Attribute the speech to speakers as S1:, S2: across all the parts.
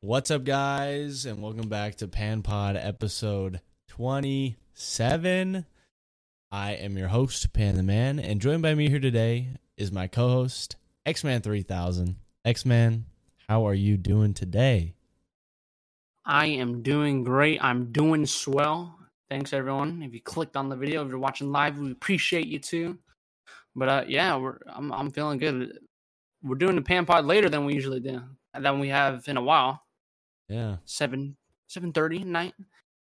S1: What's up, guys, and welcome back to Pan Pod episode 27. I am your host, Pan the Man, and joined by me here today is my co host, X Man 3000. X Man, how are you doing today?
S2: I am doing great. I'm doing swell. Thanks everyone. If you clicked on the video, if you're watching live, we appreciate you too. But uh, yeah, we're I'm I'm feeling good. We're doing the pan pod later than we usually do, than we have in a while.
S1: Yeah.
S2: Seven seven thirty night.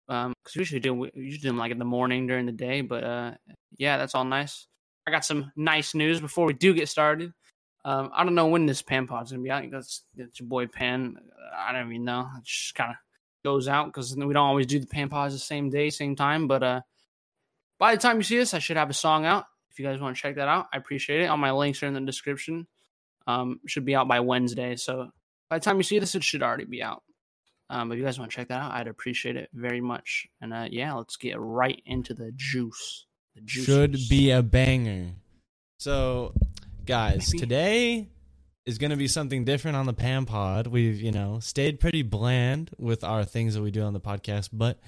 S2: Um, because we usually do we usually do them like in the morning during the day. But uh, yeah, that's all nice. I got some nice news before we do get started. Um, I don't know when this pan pod's gonna be out. That's that's your boy Pan. I don't even know. It's just kind of goes out because we don't always do the pan pods the same day, same time. But uh, by the time you see this, I should have a song out. If you guys want to check that out, I appreciate it. All my links are in the description. Um, should be out by Wednesday. So by the time you see this, it should already be out. Um, if you guys want to check that out, I'd appreciate it very much. And uh, yeah, let's get right into the juice. The juice
S1: Should be a banger. So, guys,
S2: Maybe.
S1: today is going to be something different on the Pam Pod. We've, you know, stayed pretty bland with our things that we do on the podcast, but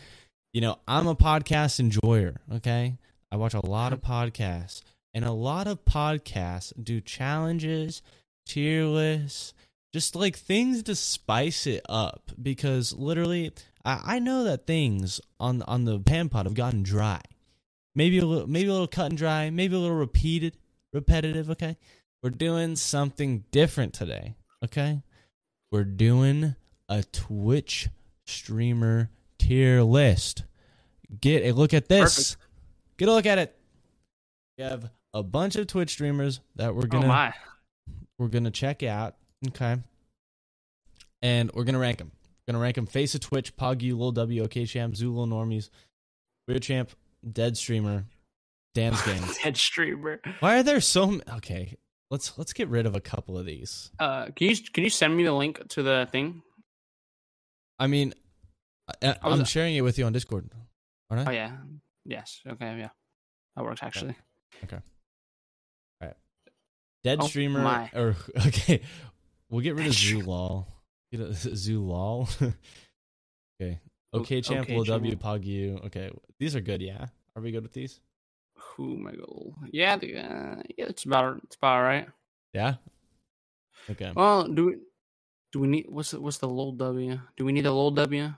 S1: you know, I'm a podcast enjoyer, okay? I watch a lot of podcasts, and a lot of podcasts do challenges, tier lists, just like things to spice it up because literally I, I know that things on on the pan pod have gotten dry. Maybe a little maybe a little cut and dry, maybe a little repeated, repetitive, okay? We're doing something different today, okay? We're doing a Twitch streamer tier list. Get a look at this. Get a look at it. We have a bunch of Twitch streamers that we're
S2: Oh
S1: gonna
S2: my!
S1: we're gonna check out. Okay. And we're gonna rank them. We're gonna rank them face of Twitch, Poggy, Lil W, OK Champ, Zulu, Normies, Weird Champ, Dead Streamer, Dam's Gang.
S2: Dead streamer.
S1: Why are there so? m okay, let's let's get rid of a couple of these.
S2: Uh, can you can you send me the link to the thing?
S1: I mean, I,
S2: I was-
S1: I'm sharing it with you on Discord.
S2: Oh yeah. Yes. Okay. Yeah. That works actually.
S1: Dead
S2: Oh
S1: streamer
S2: my.
S1: or okay, we'll get rid of
S2: Dead stream-
S1: Zulol. Get a, Zulol. okay.
S2: O-
S1: Okay, Champ,
S2: okay,
S1: Lil W,
S2: Champ.
S1: Pog U. Okay, these are good. Yeah, are we good with these?
S2: Oh my god. Yeah. the- Uh, yeah. It's about it's about right.
S1: Yeah. Okay.
S2: Well, do we do we need what's the, what's the low W? Do we need a low W?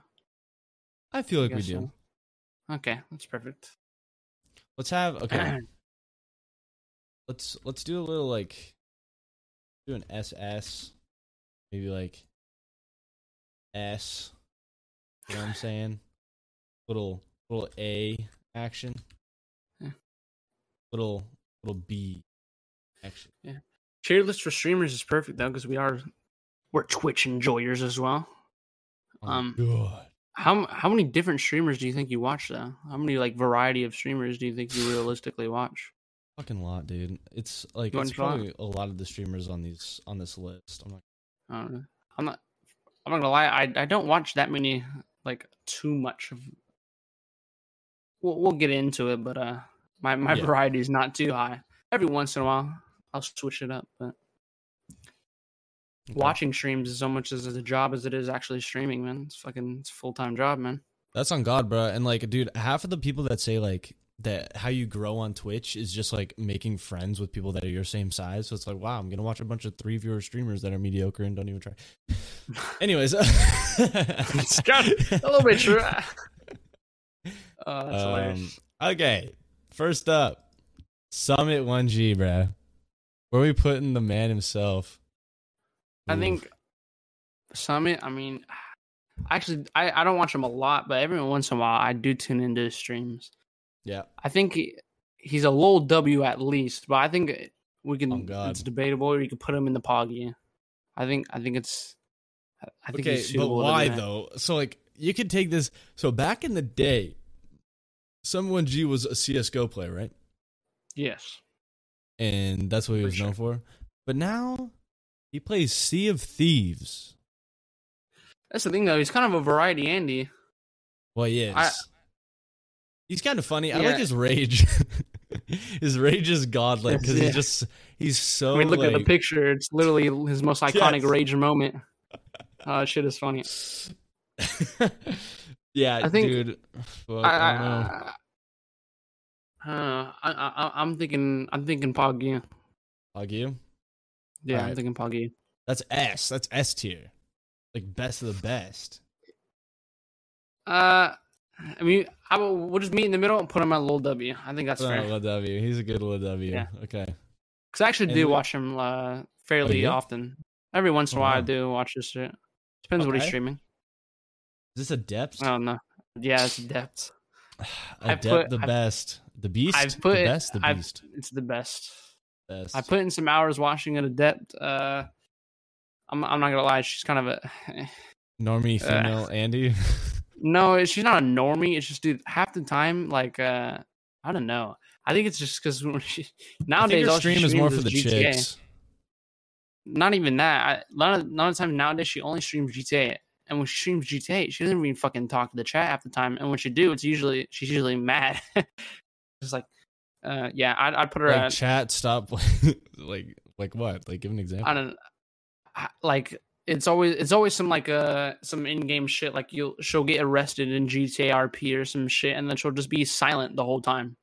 S1: I feel like we
S2: Guess
S1: do.
S2: so. Okay, that's perfect.
S1: Let's have okay. let's let's do a little like do an SS. Maybe like S. You know what I'm saying? Little little A action.
S2: Yeah.
S1: Little little B action.
S2: Tier list for streamers is perfect though because we are we're Twitch enjoyers as well.
S1: Oh my
S2: Um,
S1: God.
S2: How m- how many different streamers do you think you watch though? How many like variety of streamers do you think you realistically watch?
S1: Fucking lot, dude. It's like
S2: You
S1: it's
S2: wanna try?
S1: probably a lot of the streamers on these on this list. I'm like,
S2: I don't know. I'm not. I'm not gonna lie. I I don't watch that many like too much of. We'll we'll get into it, but uh, my my
S1: Yeah.
S2: variety is not too high. Every once in a while, I'll switch it up. But
S1: okay.
S2: watching streams is so much as as a job as it is actually streaming, man. It's fucking it's a full time job, man.
S1: That's on God, bro. And like, dude, half of the people that say like that how you grow on Twitch is just like making friends with people that are your same size. So it's like, wow, I'm gonna watch a bunch of three viewer streamers that are mediocre and don't even try. Anyways, it's
S2: kind of A little bit true. uh, Oh, that's
S1: Uh,
S2: hilarious.
S1: Um, okay, first up, Summit One G, bro. Where we putting the man himself?
S2: I
S1: Ooh,
S2: think Summit. I mean, actually, I I don't watch him a lot, but every once in a while, I do tune into his streams.
S1: yeah,
S2: I think he, he's a little W at least, but I think we can.
S1: Oh, God.
S2: It's debatable, or you could put him in the Poggy. I think. I think it's. I- I think
S1: okay,
S2: he's
S1: but
S2: suitable to
S1: why
S2: that.
S1: though? So like you could take this. So back in the day, someone G was a CS:GO player, right?
S2: Yes.
S1: And that's what he
S2: For
S1: was known for. But now he plays Sea of Thieves.
S2: That's the thing though. He's kind of a variety Andy.
S1: Well, yes, he's kind of funny. I
S2: Yeah.
S1: like his rage. his rage is godlike because
S2: Yeah.
S1: he's just he's so.
S2: I mean, look at the
S1: Oh, like-
S2: picture. It's literally his most iconic
S1: Yes.
S2: rage moment. Oh, shit is funny.
S1: yeah,
S2: I think-
S1: dude. Fuck,
S2: I,
S1: I don't know.
S2: I, I, uh, I, I, I'm thinking, I'm thinking Poggy.
S1: Fuck you.
S2: Yeah, I'm
S1: Alright.
S2: thinking Poggy.
S1: That's S. That's S tier. Like best of the best.
S2: Uh, I mean, I will, we'll just meet in the middle and put him at low W. I think that's
S1: oh,
S2: fair.
S1: Lil W. He's a good little W.
S2: Yeah.
S1: Okay.
S2: Because I actually
S1: And
S2: do
S1: we-
S2: watch him uh, fairly
S1: yeah?
S2: often. Every once in
S1: Oh,
S2: a while, I
S1: wow.
S2: do watch this shit. Depends what he's
S1: Okay.
S2: streaming.
S1: Is this a depth?
S2: I don't know. Yeah, it's depth. I
S1: a
S2: put-
S1: depth the
S2: I-
S1: best. The beast.
S2: I've put
S1: the
S2: it-
S1: best. The
S2: I've-
S1: beast.
S2: It's the best.
S1: best.
S2: I put in some hours watching it adept. Uh, I'm I'm not gonna lie, she's kind of a
S1: Normie
S2: uh,
S1: female Andy.
S2: no. She's not a normie. It's just dude. Half the time, like uh, I don't know. I think it's just because when she
S1: I think
S2: nowadays
S1: her
S2: all
S1: stream
S2: she
S1: is more for
S2: streams
S1: the
S2: is GTA.
S1: chicks.
S2: Not even that. I, a lot of a lot of times nowadays she only streams GTA. And when she streams GTA, she doesn't even fucking talk to the chat half the time. And when she do, it's usually she's usually mad. just like, uh, yeah, I'd, I'd put her
S1: Like
S2: at
S1: chat. Stop. like like what? Like give an example.
S2: I don't I- like it's always it's always some like uh some in-game shit like you'll she'll get arrested in GTA RP or some shit and then she'll just be silent the whole time.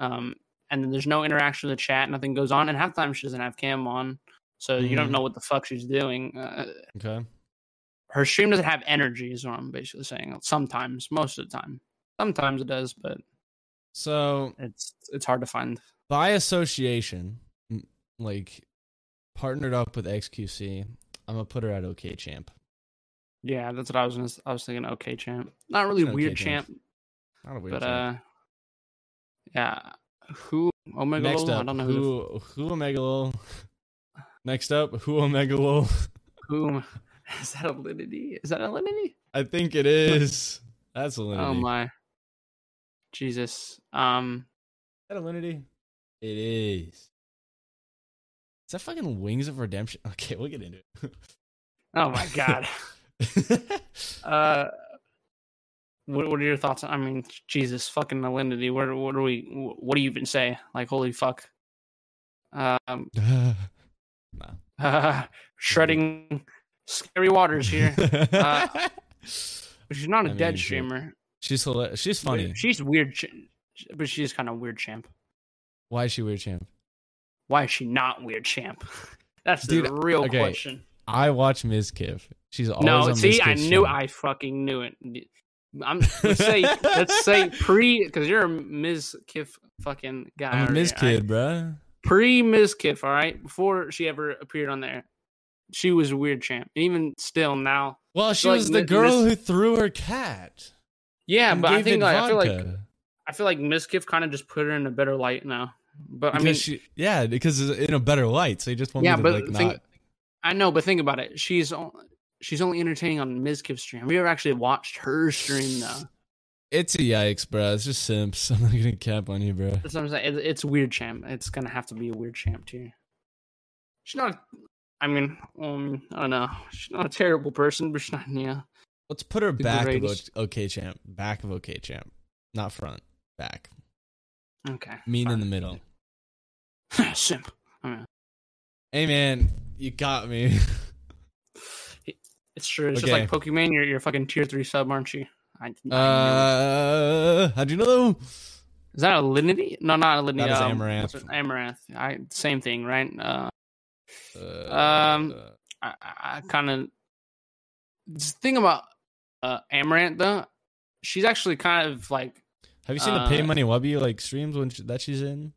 S2: Um and then there's no interaction with the chat, nothing goes on and half the time she doesn't have cam on. So you don't
S1: Mhm.
S2: know what the fuck she's doing. Uh,
S1: Okay.
S2: her stream doesn't have energy is what I'm basically saying. Sometimes, most of the time. Sometimes it does, but
S1: So
S2: it's it's hard to find.
S1: by association, m- like partnered up with XQC, I'm gonna put her at OK Champ.
S2: Yeah, that's what I was gonna, s- I was thinking okay champ. Not really
S1: Okay
S2: weird
S1: champ.
S2: champ,
S1: Not a weird
S2: but
S1: champ.
S2: uh, yeah, who Omega?
S1: Next
S2: Lol?
S1: up,
S2: I don't know who the f-
S1: who who Omegalol. Next up, who Omegalol.
S2: who is that. Alinity? Is that Alinity?
S1: I think it is. That's Alinity.
S2: Oh my, Jesus. Um,
S1: Is that Alinity? It is. Is that fucking Wings of Redemption? Okay, we'll get into
S2: oh my God.
S1: it.
S2: uh, what what are your thoughts? on- I mean, Jesus, fucking Alinity. What what do we? What do you even say? Like, holy fuck. Um, shredding scary waters here. Uh, But she's not a
S1: I mean,
S2: dead
S1: shit.
S2: streamer.
S1: she's hilarious. She's funny.
S2: She's weird, ch- but she's kind of weird champ.
S1: Why is she weird champ?
S2: why is she not weird champ? That's the
S1: Dude,
S2: real
S1: okay.
S2: question.
S1: I watch Ms. Kiv. She's always
S2: No,
S1: on
S2: see,
S1: Ms.
S2: I
S1: Kiv's
S2: knew
S1: channel.
S2: I fucking knew it. I'm let's say let's say pre because you're a Ms. Kiff fucking guy.
S1: I'm a
S2: already,
S1: Ms.
S2: all right?
S1: Kid, bruh.
S2: Pre Ms. Kiff, all right. Before she ever appeared on there, she was a weird champ. And even still now,
S1: Well, she
S2: like,
S1: was the
S2: mi-
S1: girl who
S2: mis-
S1: threw her cat.
S2: yeah.
S1: and
S2: But I
S1: gave
S2: think
S1: it
S2: like, I feel like
S1: vodka.
S2: I feel like Ms. Kiff kind of just put her in a better light now. But I
S1: Because
S2: mean,
S1: she, yeah, because it's in a better light, so you just want me
S2: Yeah,
S1: to
S2: but
S1: like
S2: think-
S1: not.
S2: I know, but think about it. She's only, she's only entertaining on Ms. Kiff's stream. Have you ever actually watched her stream though?
S1: It's a yikes, bro. It's just simps. I'm not gonna cap on you, bro.
S2: That's what I'm saying. It, it's weird champ. It's gonna have to be a weird champ tier. She's not. I mean, um, I don't know. She's not a terrible person, but she's not. Yeah,
S1: Let's put her
S2: The
S1: back of o-
S2: greatest.
S1: OK Champ, back of OK Champ, not front, back.
S2: okay.
S1: Mean in the
S2: fine.
S1: middle.
S2: Simp. I mean,
S1: Hey man, you got me.
S2: it's true. It's just like Pokemon. You're you're a fucking tier three sub, aren't you? I, I knew it.
S1: Uh, how'd you know?
S2: is that a Linity? No, not a Linity.
S1: That is
S2: um,
S1: Amaranth.
S2: what's it- Amaranth. I same thing, right? Uh,
S1: Uh,
S2: Um, I, I kind of the thing about uh, Amaranth though, she's actually kind of like
S1: have you seen the Pay
S2: uh,
S1: Money Wubby like streams when she, that she's in?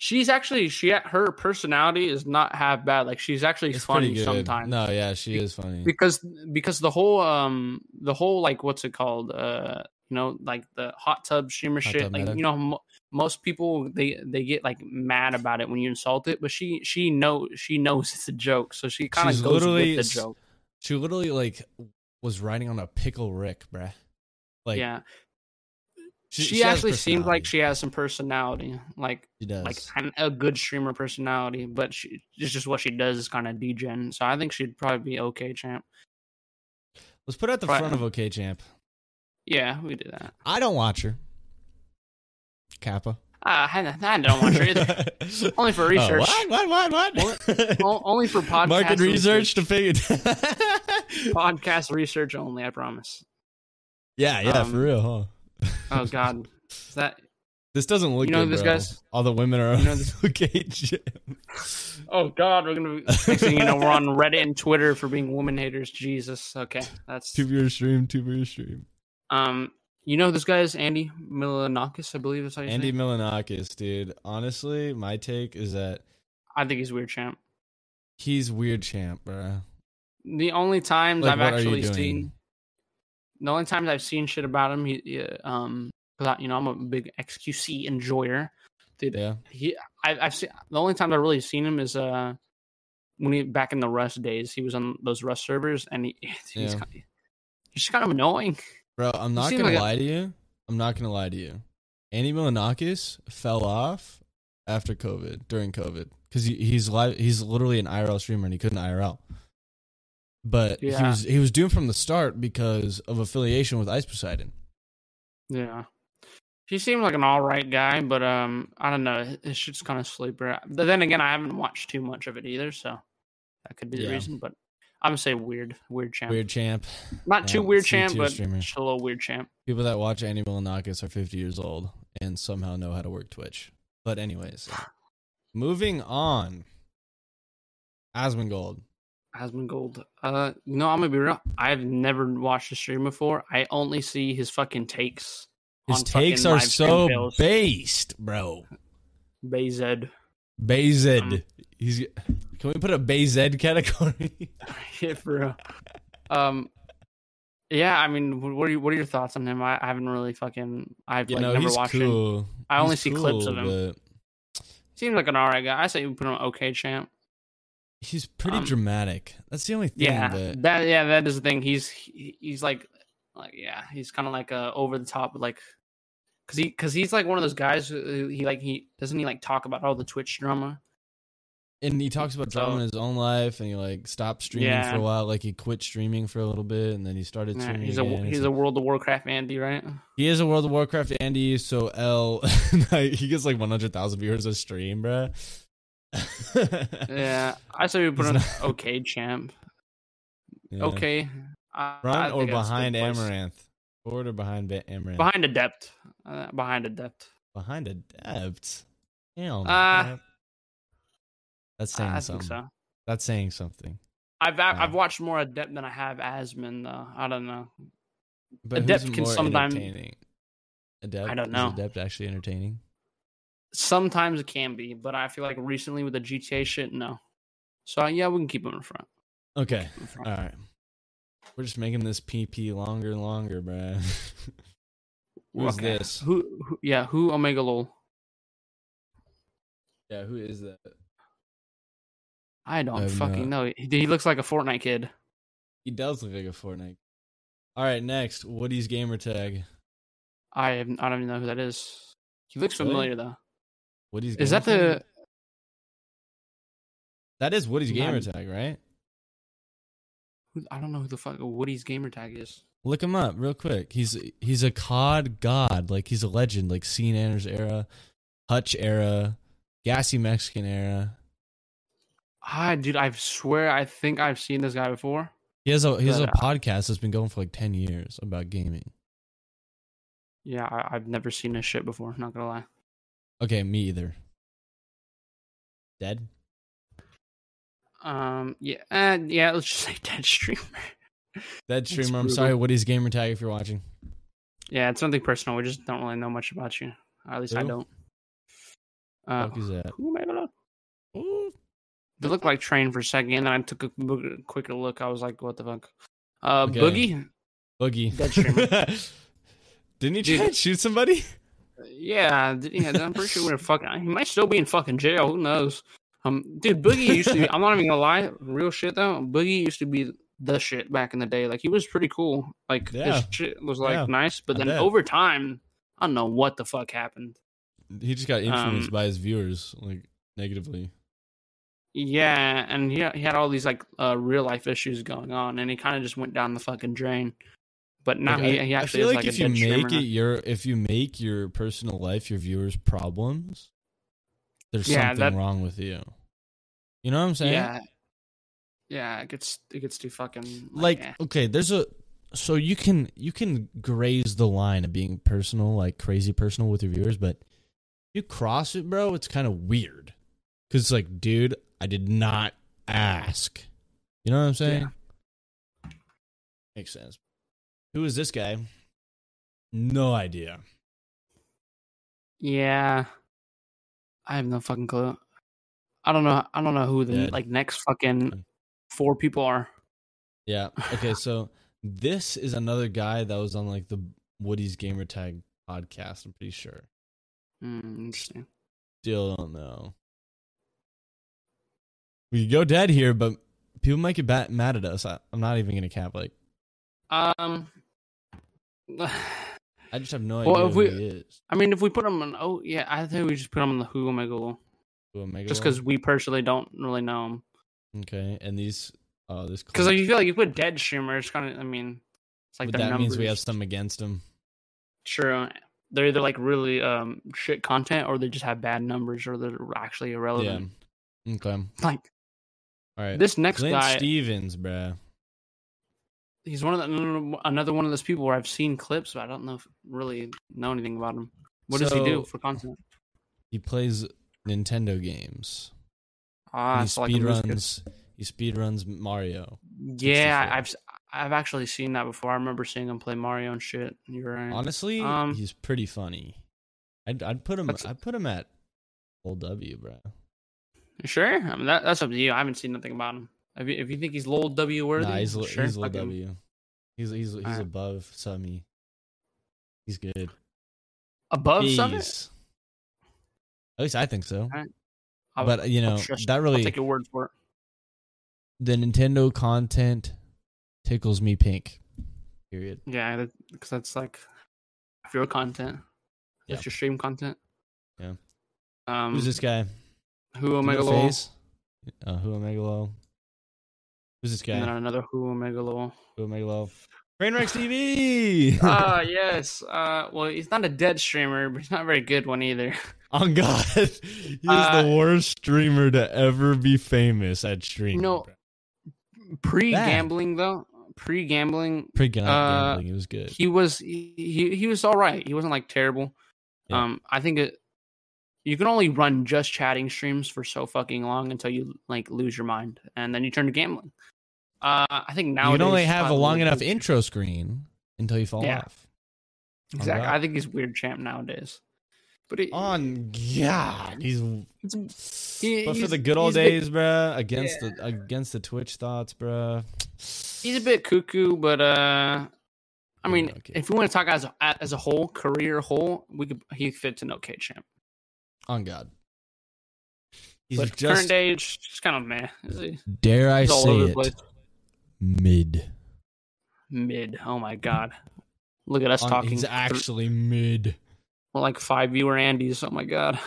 S2: she's actually she her personality is not half bad. Like she's actually funny sometimes
S1: No, yeah, she is funny.
S2: because because the whole um the whole like what's it called uh you know like the hot tub streamer
S1: Hot
S2: shit
S1: tub
S2: like
S1: meta.
S2: you know mo- most people they they get like mad about it when you insult it, but she she know she knows it's a joke, so she kind
S1: She's
S2: of goes
S1: literally
S2: with
S1: s-
S2: the joke.
S1: She literally like was riding on a pickle Rick, bruh. Like
S2: yeah, she,
S1: has
S2: actually seems like
S1: personality.
S2: she has some personality, like
S1: She does.
S2: like an, a good streamer personality, but she it's just what she does is kind of degen. So I think she'd probably be okay, champ.
S1: Let's put her at the
S2: Right.
S1: front of OK Champ.
S2: Yeah, we do that.
S1: I don't watch her. Kappa.
S2: Uh, I, I don't watch it. Only for research.
S1: Oh, what? What? What? What?
S2: O- only for podcast
S1: Market research to figure.
S2: Podcast research only. I promise.
S1: yeah, yeah,
S2: Um,
S1: for real, huh?
S2: Oh God, is that?
S1: This doesn't look
S2: You know
S1: good,
S2: this
S1: bro.
S2: guy's-
S1: All the women are
S2: You know
S1: on
S2: this-
S1: okay, Jim.
S2: Oh God, we're gonna. Be, next thing you know, we're on Reddit and Twitter for being woman haters. Jesus. Okay, that's.
S1: Two for your stream, two for your stream.
S2: Um, you know who this guy is Andy Milanakis. I believe that's how you
S1: Andy
S2: Andy.
S1: Milanakis, dude. Honestly, my take is that
S2: I think he's weird, champ.
S1: he's weird champ, bro.
S2: The only times
S1: Like,
S2: I've
S1: what
S2: actually
S1: are you doing?
S2: seen, the only times I've seen shit about him, he, he, uh, um, 'cause I- you know, I'm a big XQC enjoyer.
S1: Yeah.
S2: He, I, I've seen the only time I've really seen him is uh, when he back in the Rust days, he was on those Rust servers, and he, he's
S1: Yeah.
S2: kind of, he's just kind of annoying.
S1: Bro, I'm not
S2: seem
S1: gonna
S2: like a-
S1: lie to you. I'm not gonna lie to you. Andy Milanakis fell off after COVID, during COVID, because he, he's live. He's literally an IRL streamer, and he couldn't IRL. But he
S2: Yeah.
S1: was he was doomed from the start because of affiliation with Ice Poseidon.
S2: Yeah. He seemed like an all right guy, but um, I don't know. His shit's kind of sleeper. But then again, I haven't watched too much of it either, so that could be the
S1: Yeah.
S2: reason. But I'm gonna say weird, weird champ.
S1: Weird champ.
S2: Not too
S1: yeah,
S2: weird
S1: C tier
S2: champ, but
S1: streamer.
S2: just a little weird champ.
S1: People that watch Andy Milanakis are 50 years old and somehow know how to work Twitch. But anyways, moving on. Asmongold.
S2: Asmongold. Uh, no, I'm gonna be real. I've never watched a stream before. I only see his fucking takes.
S1: His
S2: on fucking
S1: takes are
S2: live stream
S1: so
S2: fails.
S1: based, bro.
S2: Bayzed.
S1: Bayzed.
S2: Um,
S1: He's can we put a Bayzed category?
S2: yeah, for real. Um, yeah. I mean, wh- what are you, what are your thoughts on him? I, I haven't really fucking. I've
S1: you
S2: like,
S1: know,
S2: never
S1: he's
S2: watched him.
S1: cool.
S2: I only
S1: He's
S2: see clips of
S1: cool,
S2: him.
S1: but
S2: Seems like an alright guy. I say we put him on okay champ.
S1: He's pretty
S2: Um,
S1: dramatic. That's the only thing
S2: Yeah,
S1: that
S2: that yeah that is the thing. He's he, he's like like yeah he's kind of like uh over the top like because he because he's like one of those guys who he like he doesn't he like talk about all the Twitch drama.
S1: and he talks about
S2: So-
S1: drama in his own life and he like stopped streaming
S2: Yeah.
S1: for a while, like he quit streaming for a little bit and then he started
S2: Yeah,
S1: streaming.
S2: he's
S1: again.
S2: a
S1: It's
S2: he's a World of Warcraft Andy right?
S1: He is a World of Warcraft Andy, so L. he gets like 100,000 viewers a stream, bruh.
S2: Yeah, I say we put
S1: He's
S2: him
S1: not-
S2: on okay champ.
S1: Yeah.
S2: Okay, I, I
S1: Front or
S2: think that's a good
S1: behind
S2: place.
S1: Amaranth? Forward or behind Ba- Amaranth?
S2: Behind adept, uh, behind adept.
S1: Behind Adept? Damn.
S2: Uh,
S1: bruh. that's saying
S2: Ah, I, I think
S1: something.
S2: so.
S1: That's saying something.
S2: I've I've,
S1: Yeah.
S2: I've watched more adept than I have Asmin though. I don't know.
S1: But
S2: Adept
S1: who's
S2: can
S1: more
S2: sometime-
S1: entertaining? Adept?
S2: I don't
S1: Is
S2: know.
S1: Adept actually entertaining?
S2: Sometimes it can be, but I feel like recently with the GTA shit, no. So yeah, we can keep him in front.
S1: Okay.
S2: In front.
S1: All right. We're just making this PP longer and longer, bruh. Who's
S2: Okay.
S1: this?
S2: Who, who? Yeah, who? Omega Lol.
S1: yeah, who is that?
S2: I don't
S1: I'm
S2: fucking know. He, he looks like a Fortnite kid.
S1: He does look like a Fortnite. All right, next, Woody's gamer tag.
S2: I have, I don't even know who that is. He looks
S1: Really?
S2: familiar though.
S1: Woody's
S2: Is
S1: gamer
S2: that the?
S1: tag? that is Woody's gamer
S2: I'm-
S1: tag, right?
S2: who- I don't know who the fuck Woody's gamer tag is.
S1: Look him up real quick. He's he's a COD god, like he's a legend, like Sean Anders era, Hutch era, Gassy Mexican era.
S2: Ah, dude, I swear, I think I've seen this guy before.
S1: He has a he has a
S2: But, uh,
S1: podcast that's been going for like ten years about gaming.
S2: Yeah, I, I've never seen this shit before. Not gonna lie.
S1: Okay, me either. Dead.
S2: Um, yeah, uh, yeah. Let's just say dead streamer.
S1: Dead streamer. I'm
S2: brutal.
S1: sorry, Woody's gamer tag if you're watching.
S2: Yeah, it's nothing personal. We just don't really know much about you. Or at least I
S1: Who?
S2: don't. Uh,
S1: Fuck is that?
S2: who am I gonna-
S1: Ooh.
S2: They looked like train for a second, and then I took a bo- quicker look. I was like, "What the fuck?" Uh,
S1: Okay.
S2: Boogie.
S1: Boogie.
S2: Dead streamer.
S1: Didn't he try
S2: Dude.
S1: and shoot somebody?
S2: Yeah, did- yeah. I'm pretty sure we're fucking. He might still be in fucking jail. Who knows? Um, dude, Boogie used to. be, I'm not even gonna lie. Real shit though. Boogie used to be the shit back in the day. Like he was pretty cool. Like
S1: Yeah.
S2: his shit was like
S1: Yeah.
S2: nice, but
S1: I
S2: then
S1: bet.
S2: over time, I don't know what the fuck happened.
S1: He just got influenced
S2: Um,
S1: by his viewers, like negatively.
S2: Yeah, and he he had all these like uh, real life issues going on, and he kind of just went down the fucking drain. But now
S1: Like,
S2: he,
S1: I-
S2: he
S1: I
S2: actually
S1: feel
S2: is
S1: like
S2: like, a
S1: if you
S2: dead streamer.
S1: make it your if you make your personal life your viewers' problems, there's
S2: Yeah,
S1: something
S2: that-
S1: wrong with you. You know what I'm saying?
S2: yeah, yeah, it gets it gets too fucking
S1: Like
S2: eh.
S1: okay, there's a so you can you can graze the line of being personal, like crazy personal with your viewers, but you cross it, bro, it's kind of weird. Cuz it's like, dude, I did not ask. You know what I'm saying? Makes sense. Who is this guy? No idea.
S2: yeah. I have no fucking clue. I don't know. I don't know who the
S1: Dead.
S2: like next fucking four people are.
S1: Yeah. Okay. So this is another guy that was on like the Woody's Gamer Tag podcast. I'm pretty sure.
S2: Hmm, interesting.
S1: Still don't know. We could go dead here, but people might get bat- mad at us. I- I'm not even gonna cap. Like,
S2: Um,
S1: I just have no idea
S2: Well, if
S1: who
S2: we-
S1: he is.
S2: I mean, if we put them on, oh yeah, I think we just put them on the Who Am I Google,
S1: Who am I
S2: just
S1: going-
S2: because we personally don't really know them.
S1: Okay. And these. Oh, this.
S2: Because
S1: clip-
S2: like, you feel like you put dead streamers, kind of. I mean, it's like
S1: but
S2: their
S1: that
S2: numbers.
S1: means we have some against him.
S2: Sure, they're either like really um shit content, or they just have bad numbers, or they're actually
S1: Yeah.
S2: irrelevant.
S1: Okay. All
S2: Like
S1: right.
S2: this next
S1: Clint
S2: guy,
S1: Stevens, bruh.
S2: he's one of the another one of those people where I've seen clips, but I don't know if, really know anything about him. What does he do
S1: So-
S2: for content?
S1: He plays Nintendo games.
S2: Ah,
S1: he
S2: so like a music-
S1: speedruns. He speedruns Mario.
S2: Yeah,
S1: 64.
S2: I've s- I've actually seen that before. I remember seeing him play Mario and shit. You're right.
S1: Honestly,
S2: Um,
S1: he's pretty funny. I'd, I'd put him.
S2: That's-
S1: I'd put him at old W, bro.
S2: Sure, I mean that, that's up to you. I haven't seen nothing about him. If you, if you think he's Lil W worthy,
S1: Nah, he's, li-
S2: sure,
S1: he's old
S2: fuck him.
S1: W. He's he's he's
S2: Alright.
S1: above Summy. He's good.
S2: above
S1: he's,
S2: Summit.
S1: At least I think so.
S2: Alright. I'll-
S1: but you know
S2: trust-
S1: that
S2: I'll
S1: really
S2: take your word for it.
S1: the Nintendo content tickles me pink. Period.
S2: Yeah, because that's like half your content. That's your stream content.
S1: Yeah.
S2: Um,
S1: Who's this guy?
S2: Who
S1: Do you know
S2: Omega Lowell?
S1: Faze? Uh, who Omega Lowell? Who's this
S2: And
S1: guy?
S2: then another Who Omega Lowell.
S1: Who Omega Lowell? Trainwreck TV.
S2: Ah, yes. Uh, well, he's not a dead streamer, but he's not a very good one either.
S1: On God, he's
S2: Uh,
S1: the worst streamer to ever be famous at streaming.
S2: No. Pre gambling though, pre gambling,
S1: pre gambling,
S2: Uh,
S1: it was good.
S2: he was he, he he was all right. He wasn't like terrible.
S1: Yeah.
S2: Um, I think it, you can only run just chatting streams for so fucking long until you like lose your mind, and then you turn to gambling. Uh, I think now
S1: you can only have a long enough intro screen until you fall
S2: Yeah.
S1: off.
S2: Exactly.
S1: Oh, God. Oh.
S2: I think he's weird champ nowadays. But it,
S1: On God, he's.
S2: it's, he-
S1: but for
S2: he's-
S1: the good old
S2: he's big-
S1: days, bruh, against the against the Twitch thoughts, bruh.
S2: he's a bit cuckoo, but uh, I
S1: Yeah,
S2: mean,
S1: okay.
S2: if we want to talk as a, as a whole career whole, we could he fits an okay champ.
S1: On God, he's
S2: but
S1: just
S2: current age, just kind of meh. Is he-
S1: dare I
S2: He's all
S1: say
S2: over the
S1: it
S2: place.
S1: mid.
S2: Mid. Oh my god. Look at us
S1: On-
S2: talking.
S1: he's
S2: th-
S1: actually mid.
S2: we're like five viewer Andes. Oh my god.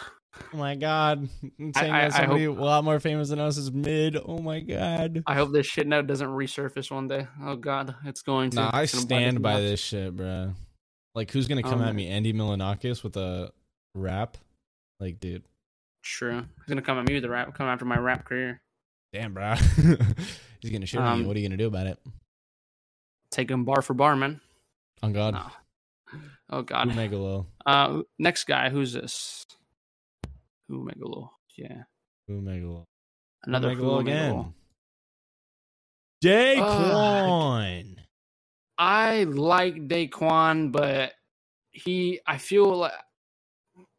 S1: Oh my god. Saying
S2: I-
S1: that
S2: I
S1: somebody a lot more famous than us is mid. Oh my god.
S2: I hope this shit note doesn't resurface one day. Oh god, it's going to.
S1: Nah, I
S2: It's gonna bite us
S1: stand by
S2: in the
S1: this shit, bruh. Like who's gonna come
S2: Um,
S1: at me? Andy Milanakis with a rap? Like, dude.
S2: nuts. True. He's gonna come at me with the rap. Come after my rap career.
S1: Damn, bruh. He's gonna shit on you.
S2: Um,
S1: What are you gonna do about it?
S2: Take him bar for bar, man.
S1: On God.
S2: No. Oh
S1: Who
S2: god.
S1: Megalo?
S2: Uh, next guy. Who's this? Who Megalo? Yeah.
S1: Who Megalo?
S2: Another
S1: Who
S2: Who
S1: Megalo
S2: Megalo.
S1: again? Daquan.
S2: I like Daquan, but he, I feel like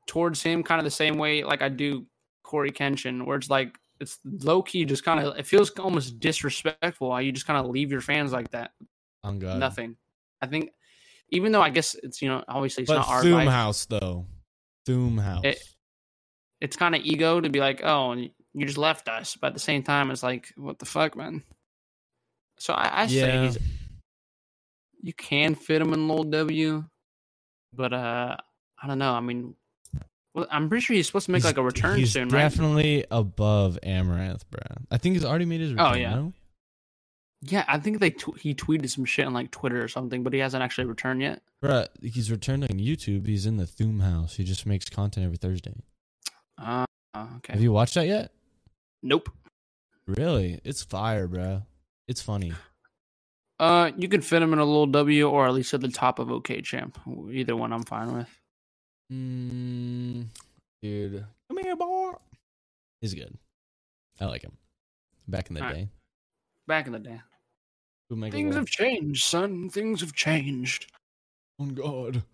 S2: towards him kind of the same way like I do Corey Kenshin, where it's like it's low key, just kind of it feels almost disrespectful how you just kind of leave your fans like that.
S1: on God.
S2: Nothing. I think, even though I guess it's you know obviously it's
S1: but
S2: not our
S1: Thumhouse
S2: life,
S1: though. Thumhouse.
S2: It- it's kind of ego to be like, oh, you just left us, but at the same time, it's like, what the fuck, man. So I, I say
S1: yeah.
S2: he's you can fit him in Lil W, but uh, I don't know. I mean, well, I'm pretty sure he's supposed to make
S1: He's-
S2: like a return
S1: he's
S2: soon, right? Oh,
S1: Definitely above Amaranth, bro. I think he's already made his return.
S2: yeah.
S1: no?
S2: Yeah, I think they tw- he tweeted some shit on like Twitter or something, but he hasn't actually returned yet.
S1: Bruh, he's returned on YouTube. He's in the Thum house. He just makes content every Thursday.
S2: Uh, okay.
S1: Have you watched that yet?
S2: nope.
S1: Really? It's fire, bruh. It's funny.
S2: Uh, you could fit him in a little W or at least at the top of OK Champ. Either one, I'm fine with.
S1: Mm, dude. Come here, boy. He's good. I like him. Back in the
S2: Alright.
S1: day.
S2: Back in the day,
S1: Who make a
S2: things
S1: world-
S2: have changed, son. Things have changed.
S1: Oh God.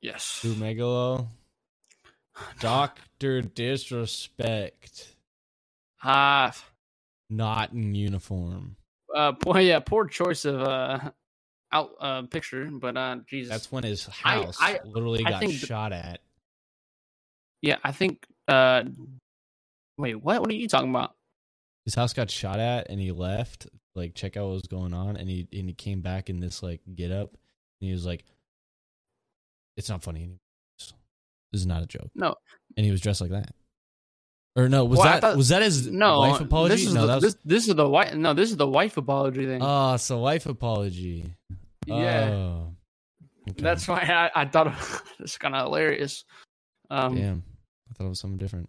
S2: Yes.
S1: Who Megalo? Doctor Disrespect.
S2: Ah, f-
S1: Not in uniform.
S2: uh, boy, yeah, poor choice of uh, out uh picture, but uh, Jesus.
S1: That's when his house
S2: I-
S1: literally
S2: I
S1: got
S2: think th-
S1: shot at.
S2: yeah, I think. Uh, wait, what? What are you talking about?
S1: His house got shot at, and he left. Like, check out what was going on, and he and he came back in this like get up, and he was like, "It's not funny anymore. This is not a joke."
S2: No.
S1: and he was dressed like that. Or no, was
S2: Well, I
S1: that
S2: thought-
S1: was that his
S2: No,
S1: wife apology?
S2: This is
S1: no,
S2: the,
S1: that was
S2: this, this is the wife. No, this is the wife apology thing.
S1: oh, it's a wife apology.
S2: yeah.
S1: Oh. Okay.
S2: That's why I, I thought it's kind of hilarious. Um,
S1: damn. I thought it was something different.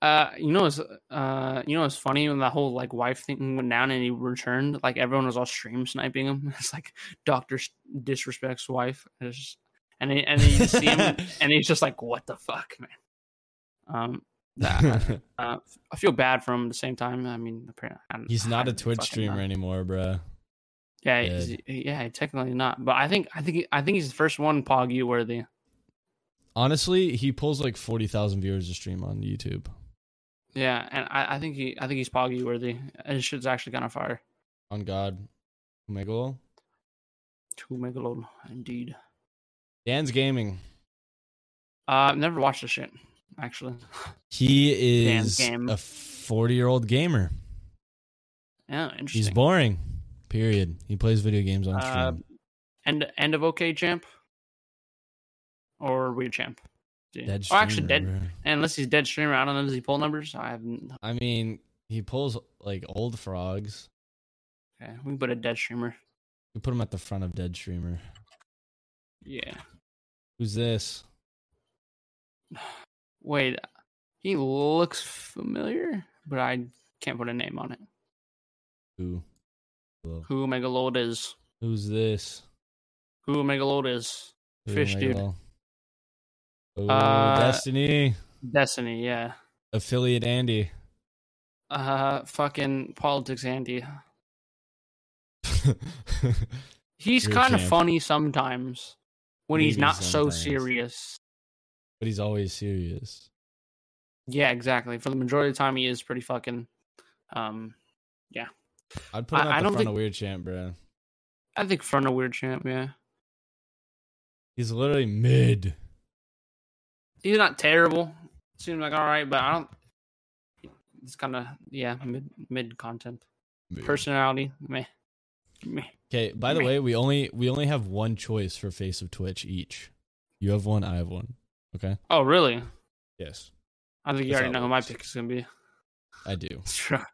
S2: uh, you know, it's uh, you know, it's funny when that whole like wife thing went down and he returned. Like everyone was all stream sniping him. It's like Doctor disrespects wife. It's just, and he, and then you see him, and he's just like, "What the fuck, man." Um, that- uh, I feel bad for him. At the same time, I mean, apparently, I don't-
S1: He's
S2: I
S1: not a
S2: don't
S1: Twitch
S2: fucking
S1: streamer
S2: know.
S1: anymore, bruh.
S2: Yeah,
S1: Dead.
S2: he's- yeah, technically not. But I think I think he- I think he's the first one Pog you worthy.
S1: Honestly, he pulls like forty thousand viewers a stream on YouTube.
S2: Yeah, and I, I think he, I think he's Poggy worthy. And his shit's actually kind of fire.
S1: On God, Megalo.
S2: Two megalodon, indeed.
S1: Dan's gaming.
S2: Uh, I've never watched this shit actually.
S1: He is
S2: Dan's game.
S1: a forty-year-old gamer.
S2: Yeah,
S1: He's
S2: interesting.
S1: boring. Period. He plays video games on stream.
S2: Uh, end end of OK champ, or weird champ. Yeah.
S1: dead
S2: or actually dead.
S1: streamer, bruh.
S2: Unless he's dead streamer, I don't know. Does he pull numbers? I haven't.
S1: I mean, he pulls like old frogs.
S2: Okay, we can put a dead streamer.
S1: We put him at the front of dead streamer.
S2: Yeah.
S1: Who's this?
S2: Wait, he looks familiar, but I can't put a name on it.
S1: Who? Hello.
S2: Who Megalod is?
S1: Who's this?
S2: Who Megalod is?
S1: Who
S2: Fish
S1: am I
S2: dude.
S1: gonna- Oh,
S2: Uh,
S1: Destiny
S2: Destiny, yeah.
S1: affiliate Andy.
S2: Uh, fucking politics, Andy. He's
S1: Real
S2: kind of
S1: champ.
S2: funny sometimes when he's
S1: Maybe
S2: not
S1: sometimes.
S2: so serious.
S1: but he's always serious.
S2: Yeah, exactly. For the majority of the time, he is pretty fucking. Um,
S1: I'd put him
S2: I-
S1: at
S2: I
S1: the
S2: don't
S1: front
S2: think-
S1: of Weird Champ, bro.
S2: I think front of weird champ. Yeah,
S1: He's literally mid.
S2: he's not terrible. Seems like all right, but I don't. It's kind of yeah, mid mid content personality. Meh. Meh.
S1: Okay. By the
S2: Meh.
S1: way, we only we only have one choice for face of Twitch each. You have one. I have one. Okay.
S2: Oh really?
S1: Yes,
S2: I think you
S1: That's
S2: already
S1: how
S2: know
S1: it
S2: who my
S1: works.
S2: pick is gonna be.
S1: I do,
S2: Sure.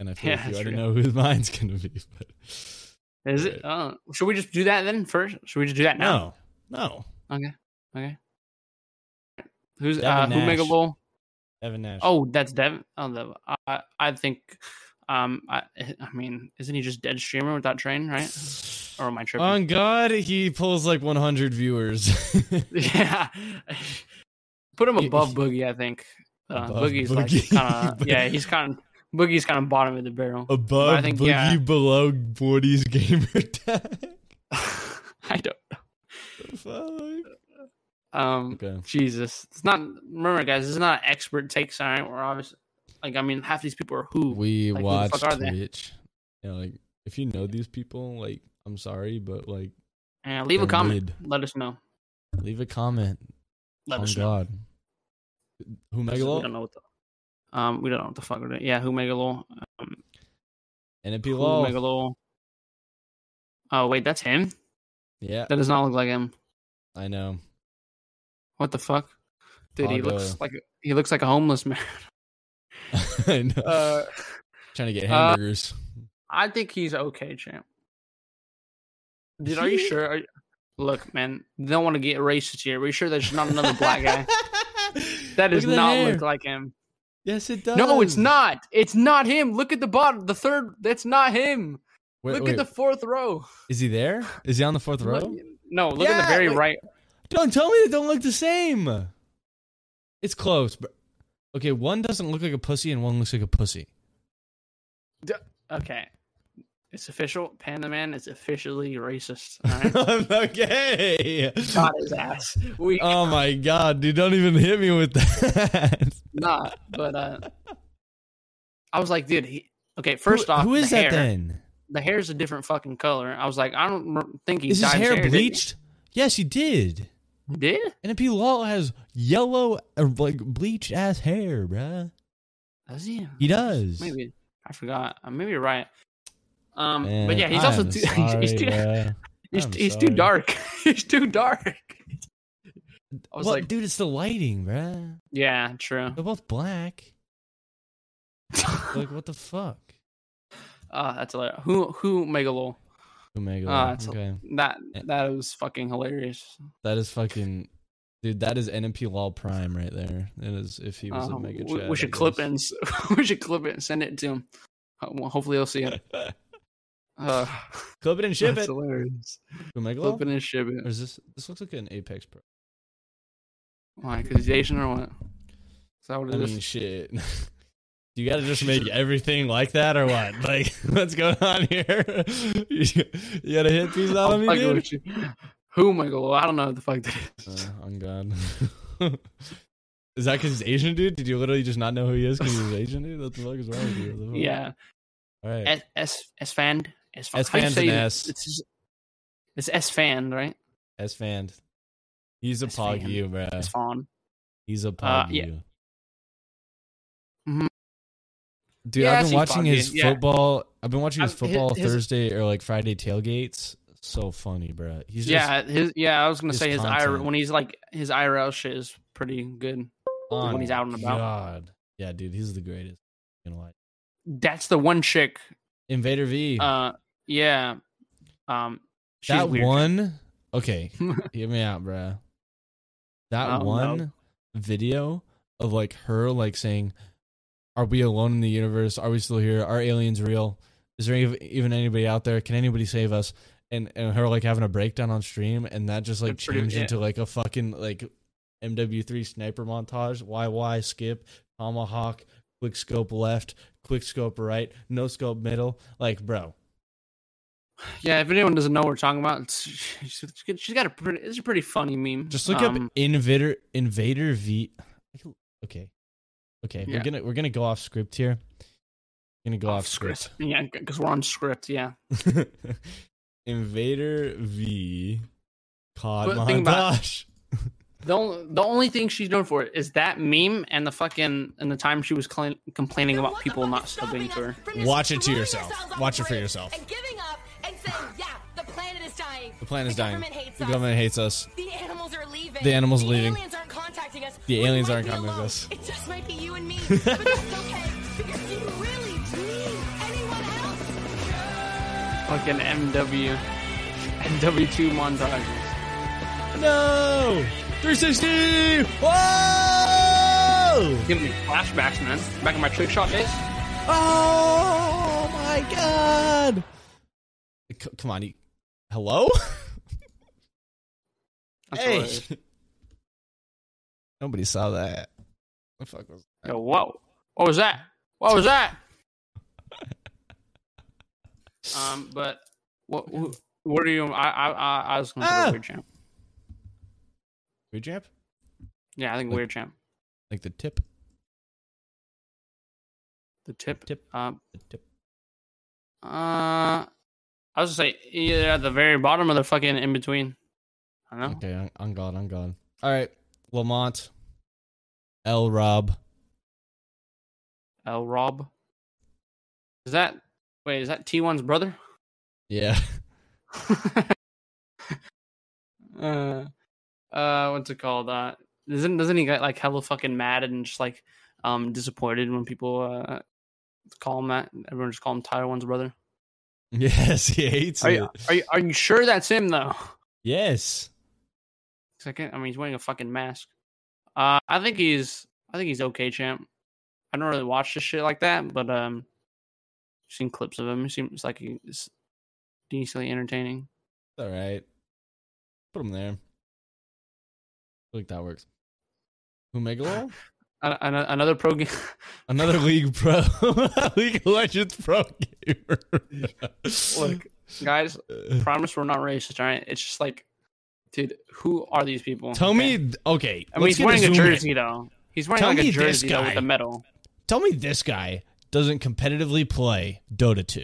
S1: and I feel
S2: Yeah,
S1: like you
S2: that's
S1: already
S2: true.
S1: know who mine's gonna be. But
S2: Is it? Uh, should we just do that then first? Should we just do that now?
S1: no, no,
S2: Who's uh,
S1: Devin
S2: who
S1: Nash.
S2: Megalol?
S1: Evan Nash.
S2: Oh, that's Devin. Oh, the, I I think, um, I I mean, isn't he just dead streamer with that train, right? Or am I tripping?
S1: On God, he pulls like 100 viewers.
S2: yeah, put him
S1: He-
S2: above
S1: he-
S2: Boogie. I think uh,
S1: Above
S2: Boogie's
S1: Boogie.
S2: like kind of yeah, he's kind of Boogie's kind of bottom of the barrel.
S1: Above
S2: I think,
S1: Boogie,
S2: yeah.
S1: below 40s gamer tag.
S2: I don't.
S1: Fuck.
S2: Um,
S1: Okay.
S2: Jesus, it's not. Remember, guys, it's not expert takes. All right, we're obviously like I mean, half these people are who.
S1: We
S2: Like, who the
S1: watch
S2: fuck are they?
S1: Twitch. Yeah, like if you know these people, like I'm sorry, but like
S2: And leave a
S1: they're
S2: comment.
S1: mid.
S2: Let us know.
S1: leave a comment.
S2: Let
S1: on
S2: us know.
S1: God. Who
S2: We don't
S1: Megalo?
S2: know what the um we don't know what the fuck we're doing. Yeah, who Megalol? Um,
S1: NP
S2: who
S1: Lol.
S2: Megalol? Oh wait, that's him.
S1: Yeah,
S2: That does not look like him.
S1: I know.
S2: What the fuck? Dude, he looks
S1: Pago.
S2: like he looks like a homeless man.
S1: I know.
S2: Uh,
S1: Trying to get hamburgers.
S2: I think he's okay, champ. Dude, are you sure? Are you- Look, man, don't want to get racist here. Are you sure there's not another black guy? That
S1: Look
S2: does
S1: at the
S2: not
S1: hair.
S2: look like him.
S1: Yes, it does.
S2: No, it's not. It's not him. Look at the bottom, the third. That's not him.
S1: Wait,
S2: look
S1: wait,
S2: at the fourth row.
S1: Is he there? Is he on the fourth row?
S2: No, look at
S1: Yeah,
S2: the very
S1: wait.
S2: right.
S1: Don't tell me they don't look the same. It's close, but okay, one doesn't look like a pussy and one looks like a pussy.
S2: Okay, it's official. Panda Man is officially racist. All right?
S1: okay.
S2: Got his ass. We
S1: Oh my god, dude, don't even hit me with that.
S2: not. But uh, I was like, dude. He, okay, first
S1: Who-
S2: off,
S1: who is
S2: the
S1: that
S2: hair,
S1: then?
S2: The hair's a different fucking color. I was like, I don't rem- think he
S1: Is his
S2: dyed
S1: hair
S2: did he?
S1: bleached? Yes, he did.
S2: Did
S1: NP Law has yellow, uh, like bleached ass hair, bruh.
S2: does he?
S1: He does.
S2: Maybe I forgot. Uh, Maybe you're right. Um,
S1: Man,
S2: but yeah, he's
S1: I
S2: also
S1: am
S2: too.
S1: Eh, sorry,
S2: he's, he's too.
S1: bruh.
S2: He's,
S1: I'm
S2: he's too
S1: sorry.
S2: dark. he's too dark. I was
S1: Well,
S2: like,
S1: dude, it's the lighting, bruh.
S2: yeah, true.
S1: They're both black. Like, what the fuck?
S2: Ah, that's hilarious. Who who Megalol?
S1: Omega.
S2: Ah, it's-
S1: okay,
S2: That
S1: Eh.
S2: that was fucking hilarious.
S1: that is fucking, dude. That is NMP Law Prime right there. It is if he was
S2: Uh,
S1: a mega.
S2: we,
S1: Chad,
S2: we
S1: I
S2: should clip it.
S1: guess.
S2: And, s- we should clip it and send it to him. Uh, well, hopefully, he'll see it. Uh,
S1: clip it and ship
S2: that's
S1: it.
S2: hilarious.
S1: Omega. Law?
S2: Clip it and ship
S1: Or
S2: it.
S1: is this? This looks like an Apex Pro.
S2: Why? Because he's Asian or what? Is that what
S1: I
S2: it is?
S1: mean, shit. You gotta just make everything like that or what? Like, what's going on here? you you gotta hit these out on
S2: I'm
S1: me,
S2: fucking
S1: dude?
S2: with you. Who Megalol? I don't know what the fuck that
S1: Uh,
S2: is.
S1: I'm gone. is that because he's Asian, dude? Did you literally just not know who he is because he's Asian, dude? What the fuck is wrong with you? What the fuck?
S2: yeah,
S1: All right.
S2: S S S fan. S
S1: S-Fan's an S.
S2: It's just- it's S fan, right?
S1: S fan. He's a
S2: S-Fan.
S1: pog you, bro.
S2: S fan.
S1: He's a pog
S2: Uh, yeah.
S1: you.
S2: Mhm.
S1: Dude,
S2: Yeah,
S1: I've been
S2: she's
S1: watching
S2: pog you,
S1: his
S2: yeah.
S1: football. I've been watching his
S2: I've- hi-
S1: football
S2: his-
S1: Thursday or like Friday tailgates. So funny, bro. He's just
S2: Yeah, his yeah. I was gonna
S1: his
S2: say his IR
S1: content.
S2: when he's like his IRL shit is pretty good.
S1: on
S2: when he's out and about.
S1: God. Yeah, dude, he's the greatest. You know what?
S2: That's the one chick.
S1: Invader V.
S2: Uh, yeah. Um, she's
S1: that
S2: weird.
S1: one. Okay, hear me out, bruh. That
S2: Oh, no.
S1: one video of like her like saying, "Are we alone in the universe? Are we still here? Are aliens real? Is there ev- even anybody out there? Can anybody save us?" And and her like having a breakdown on stream, and that just like
S2: That's pretty-
S1: changed
S2: yeah.
S1: into like a fucking like MW3 sniper montage. YY skip tomahawk quick scope left, quick scope right, no scope middle. Like, bro,
S2: yeah, if anyone doesn't know what we're talking about, it's, she's, she's got a pretty. It's a pretty funny meme.
S1: Just look
S2: Um,
S1: up Invader Invader V. Okay, okay, we're
S2: Yeah.
S1: gonna we're gonna go off script here. gonna go off, script.
S2: Yeah, because we're on script. Yeah.
S1: Invader V. COD
S2: But think about
S1: montage.
S2: The only, the only thing she's known for is that meme and the fucking and the time she was cl- complaining about people not subbing to her.
S1: Watch it to yourself. Watch it for yourself.
S3: And giving up and saying, yeah, the planet is dying.
S1: The planet is dying.
S3: Government hates
S1: The
S3: us.
S1: government hates us.
S3: The animals are leaving.
S1: The animals
S3: the
S1: leaving.
S3: aliens aren't contacting us.
S1: The
S3: We
S1: aliens
S3: might
S1: aren't
S3: be
S1: contacting
S3: alone.
S1: us.
S3: It just might be you and me. but that's okay because do you really need anyone else?
S2: Fucking MW, MW two montages.
S1: No, 360. Whoa!
S2: Give me flashbacks, man. Back in my trick shot days.
S1: Oh my god! C- come on, you- hello.
S2: That's
S1: Hey.
S2: hilarious.
S1: Nobody saw that. The fuck was
S2: Yo, whoa. What was that? What was that? um, but what? Who, what are you? I I I, I was gonna
S1: Ah.
S2: say weird champ.
S1: Food Champ?
S2: Yeah, I think weird champ.
S1: Like the tip,
S2: The tip.
S1: Tip.
S2: Um.
S1: the tip.
S2: Uh. I was gonna say either at the very bottom or the fucking in between. I don't know.
S1: Okay, I'm, I'm gone. I'm gone. All right, Lamont, L. Rob.
S2: L. Rob. Is that? Wait, is that T1's brother?
S1: Yeah,
S2: uh, uh, what's it called? Uh, doesn't doesn't he get like hella fucking mad and just like um disappointed when people uh call him that? Everyone just call him Tyler One's brother.
S1: Yes, he hates
S2: Are
S1: it.
S2: you, are you are you sure that's him though?
S1: Yes.
S2: Second, I mean he's wearing a fucking mask. Uh, I think he's I think he's okay, champ. I don't really watch this shit like that, but um, I've seen clips of him. He seems like he's decently entertaining.
S1: All right. Put him there. I think that works. Humegalo?
S2: An- an- Another pro game.
S1: Another League Pro. League of Legends Pro gamer.
S2: Look, guys, promise we're not racist. All right, it's just like, dude, who are these people?
S1: Tell
S2: Okay.
S1: me, okay.
S2: I mean,
S1: let's
S2: he's
S1: get
S2: wearing a
S1: zoom in.
S2: jersey though. He's wearing
S1: Tell
S2: like
S1: me
S2: a
S1: this
S2: jersey though, with
S1: guy.
S2: a medal.
S1: Tell me this guy doesn't competitively play Dota 2.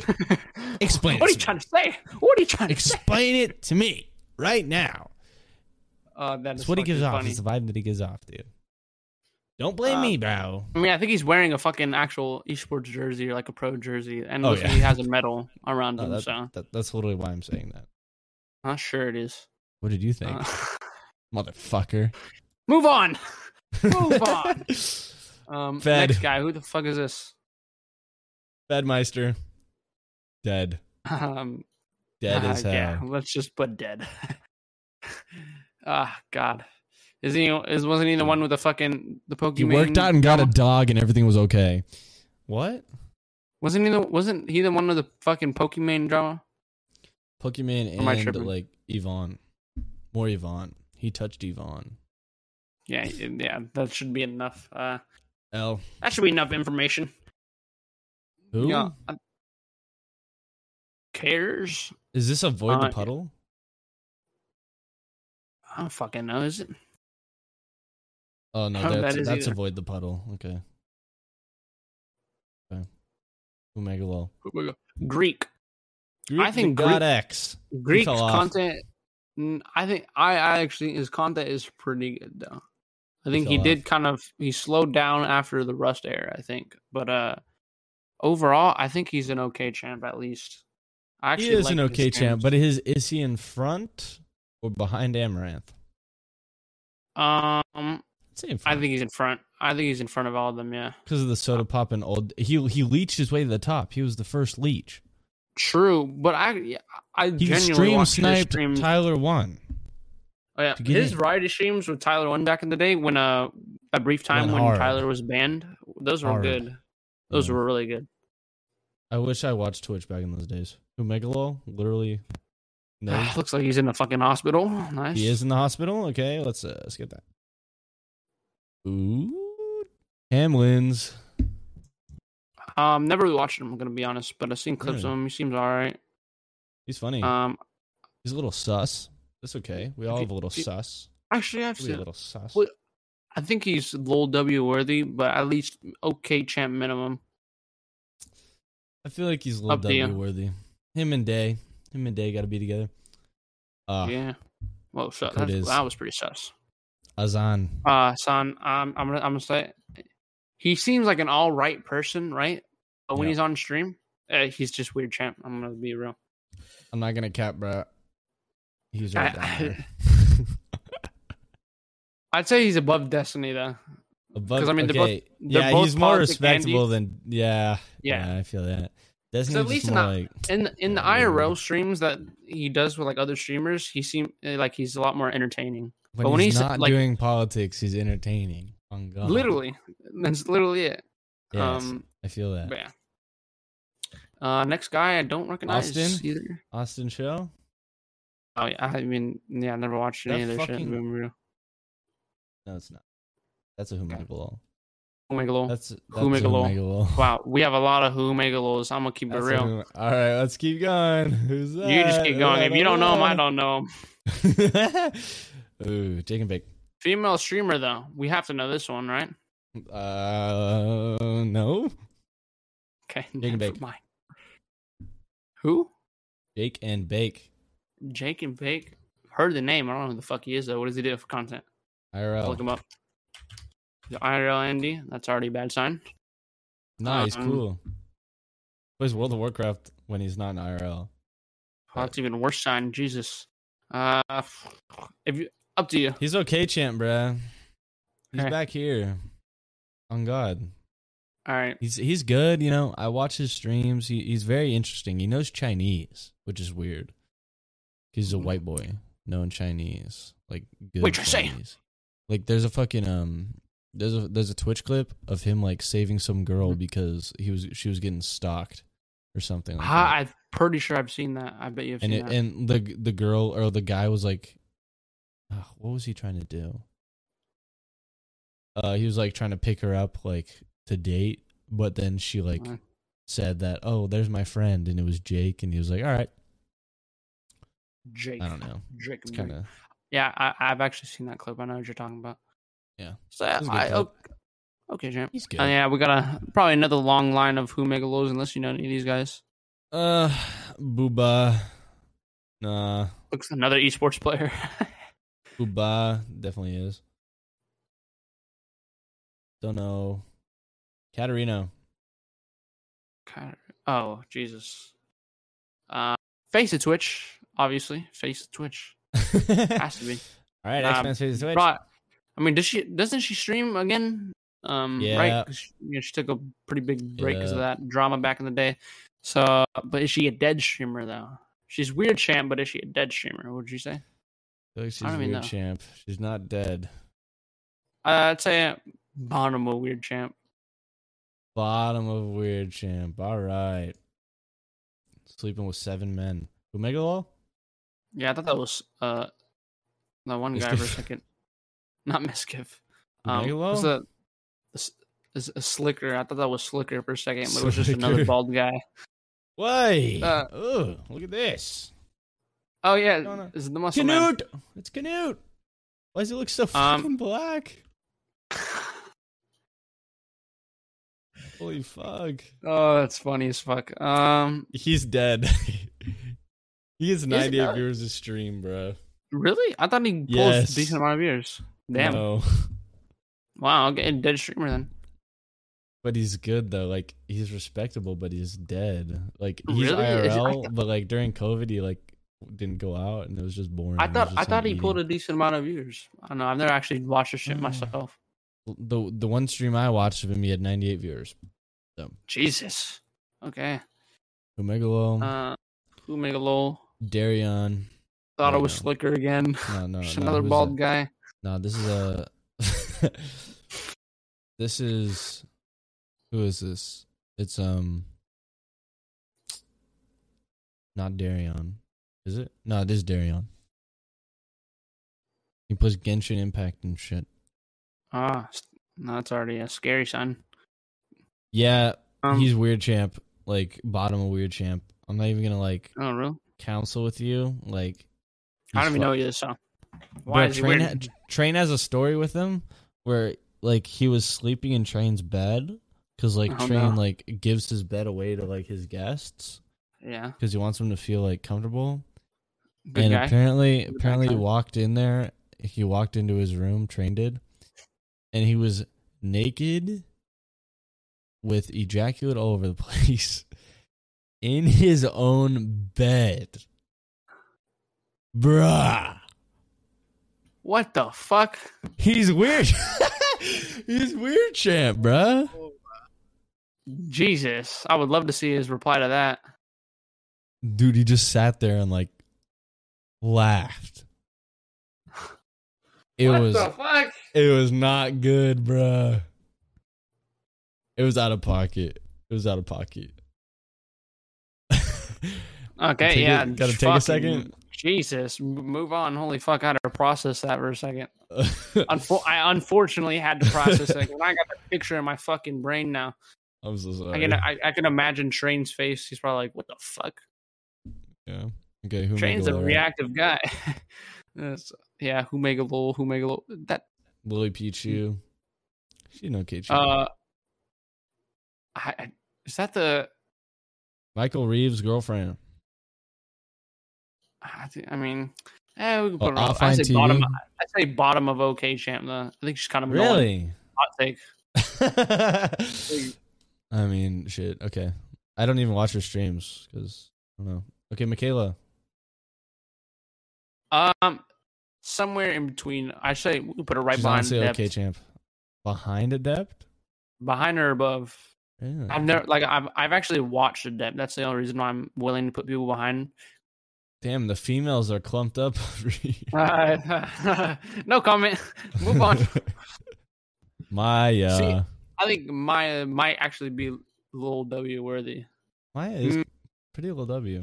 S1: Explain
S2: What are
S1: it. to
S2: you
S1: me.
S2: trying to say? What are you trying to say?
S1: Explain it to me right now.
S2: Uh, that
S1: That's
S2: is
S1: what he gives
S2: fucking
S1: off.
S2: funny.
S1: It's the vibe that he gives off, dude. Don't blame
S2: Uh,
S1: me, bro.
S2: I mean, I think he's wearing a fucking actual esports jersey or like a pro jersey, and
S1: Oh,
S2: looks like
S1: yeah.
S2: he has a medal around
S1: No,
S2: him.
S1: that-
S2: so,
S1: that- that's literally why I'm saying that.
S2: huh, sure it is.
S1: What did you think,
S2: Uh,
S1: motherfucker?
S2: move on. Move on. Um,
S1: Fed.
S2: next guy, who the fuck is this?
S1: Bedmeister, dead,
S2: Um,
S1: dead
S2: uh,
S1: as hell.
S2: Yeah, let's just put dead. Ah, God, is he? Is wasn't he the one with the fucking the Pokemon?
S1: He worked out and got a dog, and everything was okay. What?
S2: Wasn't he the? Wasn't he the one with the fucking Pokemon drama?
S1: Pokemon
S2: Am I
S1: and
S2: tripping?
S1: like Yvonne, more Yvonne. He touched Yvonne.
S2: Yeah, yeah, that should be enough. Uh,
S1: L.
S2: that should be enough information.
S1: Who is
S2: Yeah. I- Cares?
S1: this? Avoid
S2: Uh,
S1: the puddle.
S2: I don't fucking know. Is it?
S1: Oh no,
S2: Huh, that
S1: that's
S2: is
S1: that's
S2: either.
S1: avoid the puddle. Okay. Okay. Umegalo.
S2: Greek. I
S1: Greek the
S2: think
S1: God
S2: Greek-
S1: X.
S2: Greek's
S1: fell off.
S2: content. mm, I think I, I actually his content is pretty good though. I think he
S1: fell
S2: did
S1: off.
S2: kind of he slowed down after the rust era, I think. But uh overall, I think he's an okay champ at least. I actually
S1: He is
S2: like
S1: an
S2: his
S1: okay champ,
S2: games.
S1: but his is he in front or behind Amaranth?
S2: um,
S1: I'd say in
S2: I
S1: front.
S2: think he's in front. I think he's in front of all of them. Yeah,
S1: because of the soda pop and old. He he leached his way to the top. He was the first leech.
S2: true. But I, I
S1: He
S2: genuinely
S1: stream
S2: watched his
S1: sniped
S2: streams.
S1: Tyler one.
S2: Oh, yeah,
S1: to get
S2: his
S1: in.
S2: variety streams with Tyler One back in the day when uh a brief time
S1: Went
S2: when
S1: hard.
S2: Tyler was banned, those were
S1: Hard.
S2: good. Those
S1: Yeah.
S2: were really good.
S1: I wish I watched Twitch back in those days. Umegalo literally. No,
S2: Looks like he's in the fucking hospital. Nice.
S1: Ah. he is in the hospital. Okay, let's uh, let's get that. Ooh, Hamlin's.
S2: Um, never really watched him. I'm gonna be honest, but I've seen clips
S1: Really?
S2: of him. He seems all right.
S1: He's funny.
S2: Um,
S1: He's a little sus. That's okay. We all
S2: If
S1: have a little
S2: you-
S1: sus.
S2: actually, I've
S1: We have a
S2: seen.
S1: little sus.
S2: Well, I think he's low W worthy, but at least okay champ minimum.
S1: I feel like he's a little
S2: up to you.
S1: W worthy. Him and Day. Him and Day got to be together. Uh,
S2: yeah. Well, so
S1: Who it
S2: that's-
S1: is.
S2: that was pretty sus.
S1: Azan.
S2: uh son um, i'm gonna i'm gonna say it. he seems like an all right person right but when
S1: Yeah.
S2: he's on stream uh, he's just weird champ i'm gonna be real
S1: I'm not gonna cap, bro. He's right down
S2: I-
S1: there.
S2: i'd say he's above destiny though
S1: Because
S2: 'Cause, I mean, they're both- they're
S1: yeah,
S2: both
S1: he's more
S2: politic
S1: respectable than yeah,
S2: Yeah.
S1: yeah. I feel that. Destiny's
S2: at
S1: just
S2: least
S1: more
S2: not-
S1: like
S2: in the, in the
S1: Yeah, I agree.
S2: irl streams that he does with like other streamers he seems like he's a lot more entertaining
S1: when,
S2: but when
S1: he's,
S2: he's,
S1: not
S2: like-
S1: doing politics, he's entertaining. On God.
S2: literally that's literally it
S1: Uh-huh. Yes,
S2: um
S1: I feel that.
S2: but yeah uh next guy i don't recognize
S1: Austin?
S2: either
S1: Austin Show.
S2: oh yeah i mean yeah i never watched
S1: That
S2: any of their shit
S1: fucking-
S2: being real.
S1: No, it's not. That's a Humegalo.
S2: oh my god
S1: That's, that's
S2: Humegalo.
S1: A Humegalo.
S2: wow we have a lot of who megalos i'm gonna keep it
S1: That's a
S2: real
S1: Hume- All right, let's keep going. Who's that?
S2: You just keep going. If you don't know him, I don't know him.
S1: don't. Ooh, Jacob Bake.
S2: Female streamer though, we have to know this one, right?
S1: Uh, no.
S2: Okay,
S1: and
S2: never
S1: Bake.
S2: mind. Who?
S1: Jake and Bake.
S2: Jake and Bake. Heard the name. I don't know who the fuck he is though. What does he do for content? I'll look
S1: IRL.
S2: him up. The IRL Andy. That's already a bad sign.
S1: Nice,
S2: Um,
S1: cool. Plays World of Warcraft when he's not in IRL.
S2: Well, that's even worse sign. Jesus. Uh, if you up to you.
S1: He's okay, champ, bruh. He's
S2: Okay.
S1: back here. On God.
S2: All right.
S1: He's he's good, you know. I watch his streams. He he's very interesting. He knows Chinese, which is weird. 'Cause He's a white boy knowing Chinese, like good
S2: What you say?
S1: Chinese. Like there's a fucking um, there's a there's a Twitch clip of him like saving some girl because he was she was getting stalked or something. Like that.
S2: I, I'm pretty sure I've seen that. I bet you have
S1: and
S2: seen
S1: it,
S2: that.
S1: and the the girl or the guy was like, ah, what was he trying to do? Uh, he was like trying to pick her up like to date, but then she like
S2: Alright.
S1: said that, oh, there's my friend, and it was Jake, and he was like, all right,
S2: Jake.
S1: I don't know,
S2: Drake.
S1: it's kind of
S2: Yeah, I, I've actually seen that clip. I know what you're talking about.
S1: Yeah.
S2: So
S1: It was a good
S2: I,
S1: clip.
S2: okay, okay, champ.
S1: he's good.
S2: Uh, yeah, we got a probably another long line of who megalos unless you know any of these guys.
S1: Uh, Booba, nah,
S2: Looks another esports player.
S1: Booba definitely is. Don't know, Katarino.
S2: Kind of- oh Jesus. Uh, face of Twitch, obviously. Face of Twitch has to be.
S1: All right,
S2: Um,
S1: X Men Switch.
S2: Right. I mean, does she? Doesn't she stream again? Um,
S1: Yeah.
S2: right. 'Cause She, you know, she took a pretty big break because of
S1: Yeah.
S2: that drama back in the day. So, but is she a dead streamer though? She's weird, champ. But is she a dead streamer? Would you say?
S1: feel like she's
S2: I don't
S1: a
S2: even
S1: weird
S2: know.
S1: champ. She's not dead.
S2: Uh, I'd say bottom of weird champ.
S1: Bottom of weird champ. All right. Sleeping with seven men. Umegalo?
S2: Yeah, I thought that was uh, that one guy for a
S1: Miskiff.
S2: second. Not Miskiff. Um,
S1: Umegalo?
S2: was the is- is a slicker? I thought that was slicker for a second, but it was just another
S1: Slicker.
S2: bald guy.
S1: Why?
S2: Uh,
S1: oh, look at this.
S2: Oh
S1: No, no.
S2: yeah, is the muscle man. Um,
S1: Canute! It's Canute. Why does he look so fucking black? Holy fuck.
S2: Oh, that's funny as fuck. Um,
S1: He's dead. he has 98
S2: not.
S1: viewers a stream, bro.
S2: really? I thought he pulls
S1: Yes.
S2: a decent amount of views. Damn.
S1: No.
S2: Wow. Okay, dead streamer then.
S1: But he's good though. Like he's respectable, but he's dead. Like he's
S2: Really? Is- I
S1: IRL,
S2: thought-
S1: but like during COVID, he like didn't go out, and it was just boring.
S2: I
S1: It was
S2: thought
S1: just
S2: I
S1: him
S2: thought he pulled a
S1: eating.
S2: decent amount of views. I don't know. I've never actually watched this shit
S1: Mm.
S2: myself.
S1: the the one stream I watched of him. He had 98 viewers.
S2: Jesus. Okay.
S1: Umegalo,
S2: Uh, who make a lol?
S1: Darion.
S2: Thought
S1: I
S2: it was
S1: know.
S2: Slicker again.
S1: No, no,
S2: Just
S1: no.
S2: another
S1: who's
S2: bald
S1: Oh, Uh, that?
S2: guy.
S1: No, this is a. this is who is this? It's um. Not Darion, is it? No, it is Darion. He plays Genshin Impact and shit.
S2: Ah, s- no, that's already a scary sign.
S1: Yeah,
S2: Um,
S1: he's weird champ, like bottom of weird champ. I'm not even gonna like
S2: oh really?
S1: counsel with you. Like,
S2: I don't
S1: he's
S2: even know
S1: fu-
S2: he is. So
S1: Bro,
S2: why is he
S1: Train,
S2: weird?
S1: ha- Train has a story with him where like he was sleeping in Train's bed because like
S2: Oh,
S1: Train
S2: no.
S1: like gives his bed away to like his guests
S2: yeah,
S1: because he wants them to feel like comfortable.
S2: good
S1: and
S2: guy.
S1: apparently,
S2: Good
S1: apparently he
S2: guy.
S1: walked in there. He walked into his room. Train did, and he was naked with ejaculate all over the place in his own bed, bruh.
S2: What the fuck?
S1: He's weird. He's weird, champ, bruh.
S2: Jesus, I would love to see his reply to that.
S1: Dude, he just sat there and like laughed. It was
S2: fuck?
S1: it was not good, bruh. It was out of pocket. It was out of pocket.
S2: Okay,
S1: Take it-
S2: yeah.
S1: gotta
S2: just
S1: take a
S2: fucking-
S1: second.
S2: Jesus, m- move on. Holy fuck, I had to process that for a second. Unfo- I unfortunately had to process it. When I got that picture in my fucking brain now,
S1: I'm so
S2: I
S1: sorry.
S2: can I, I can imagine Train's face. He's probably like, "What the fuck?"
S1: yeah. Okay, who
S2: Train's a
S1: Megalore?
S2: reactive guy. That's- yeah, who make a little, who make a little that.
S1: Lily Pichu. She no Kate.
S2: Uh, I, I- is that the?
S1: Michael Reeves' girlfriend.
S2: I, thi- I mean, eh, we can put
S1: Oh,
S2: it off. I
S1: offline
S2: say
S1: TV?
S2: bottom. I say bottom of OK champ. Though. I think she's kind of an annoying.
S1: Really?
S2: hot take.
S1: I mean, shit. Okay, I don't even watch her streams because I don't know. Okay, Michaela.
S2: Um, somewhere in between, I say we could put it right
S1: she's
S2: behind
S1: honestly
S2: depth,
S1: okay, champ. Behind adept.
S2: behind or above.
S1: Yeah.
S2: I've never like I've I've actually watched a depth. That's the only reason why I'm willing to put people behind.
S1: Damn, the females are clumped up. over here.
S2: Uh, no comment. Move on.
S1: Maya.
S2: See- I think Maya might actually be Lil W worthy.
S1: Maya is
S2: Mm.
S1: pretty little W.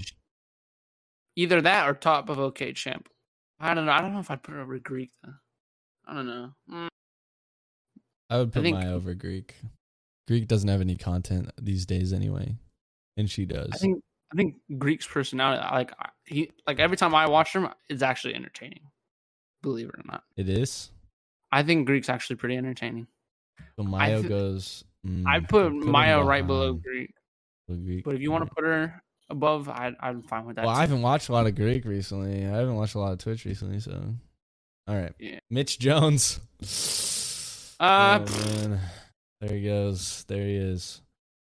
S2: Either that or top of OK Champ. I don't know. I don't know if I'd put her over Greek though. I don't know. Mm,
S1: I would put
S2: think-
S1: Maya over Greek. Greek doesn't have any content these days anyway. And she does.
S2: I think I think Greek's personality, like I- he, like every time I watch him, it's actually entertaining. Believe it or not,
S1: it is.
S2: I think Greek's actually pretty entertaining.
S1: So Maya
S2: th-
S1: goes. mm,
S2: I put
S1: her
S2: Maya right
S1: behind
S2: below Greek,
S1: Greek.
S2: but if you want to put her above, I, I'm fine with that.
S1: Well,
S2: too.
S1: I haven't watched a lot of Greek recently. I haven't watched a lot of Twitch recently, so. All right.
S2: Yeah.
S1: Mitch Jones.
S2: Uh,
S1: Oh, man. There he goes. There he is.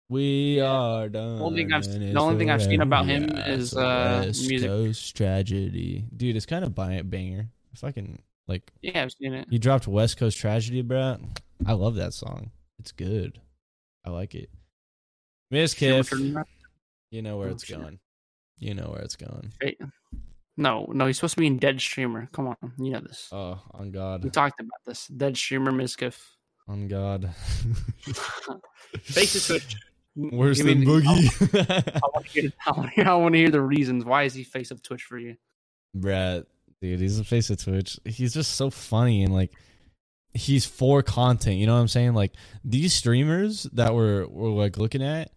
S1: We are done.
S2: only thing I've-
S1: and
S2: the
S1: it's
S2: only thing I've seen about him
S1: wrath
S2: is,
S1: of
S2: uh,
S1: West
S2: music.
S1: Coast tragedy. Dude, it's kind of bi- banger. Fucking like
S2: yeah, I've seen it.
S1: he dropped West Coast Tragedy, bro. I love that song. It's good. I like it. Miss Kiff, you know where
S2: Oh,
S1: it's
S2: shit.
S1: going. You know where it's going.
S2: No, no, he's supposed to be in Dead Streamer. Come on, you know this.
S1: Oh, on
S2: We
S1: God,
S2: talked about this. Dead Streamer Miskiff.
S1: on God.
S2: Face to Twitch.
S1: Worse
S2: Give me
S1: than
S2: the-
S1: Boogie.
S2: I want to hear, I wanna hear, I wanna hear the reasons. Why is he face of Twitch for you?
S1: Brad, dude, he's the face of Twitch. He's just so funny and like he's for content. You know what I'm saying? Like these streamers that we're we're like looking at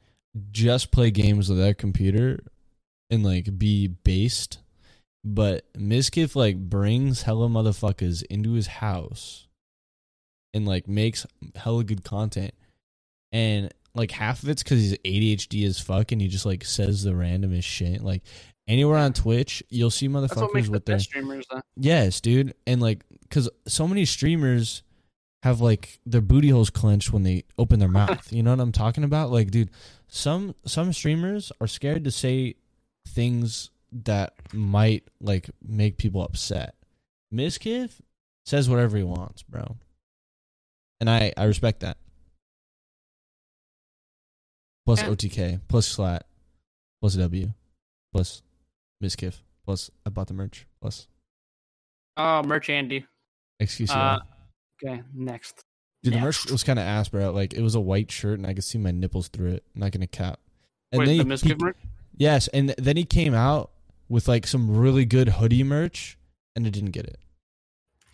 S1: just play games with their computer and like be based. But Mizkif like brings hella motherfuckers into his house and like makes hella good content. And like half of it's because he's ADHD as fuck and he just like says the randomest shit. Like anywhere on Twitch, you'll see
S2: That's what
S1: motherfuckers
S2: makes the
S1: with their
S2: best streamers. Though.
S1: Yes, dude. And like, cause so many streamers have like their booty holes clenched when they open their mouth. You know what I'm talking about? Like, dude, some some streamers are scared to say things that might like make people upset. Miskiff says whatever he wants, bro. And I I respect that. Plus
S2: Yeah.
S1: OTK, plus Slat, plus W, plus Miskiff, plus I bought the merch, plus
S2: Oh, merch Andy.
S1: Excuse me.
S2: Uh, Okay, next.
S1: Dude, the
S2: yeah.
S1: merch was kind of ass, bro. Like it was a white shirt, and I could see my nipples through it. Not gonna cap. And
S2: Wait, the
S1: he-
S2: Miskiff
S1: he,
S2: merch?
S1: yes, and th- then he came out with like some really good hoodie merch, and I didn't get it.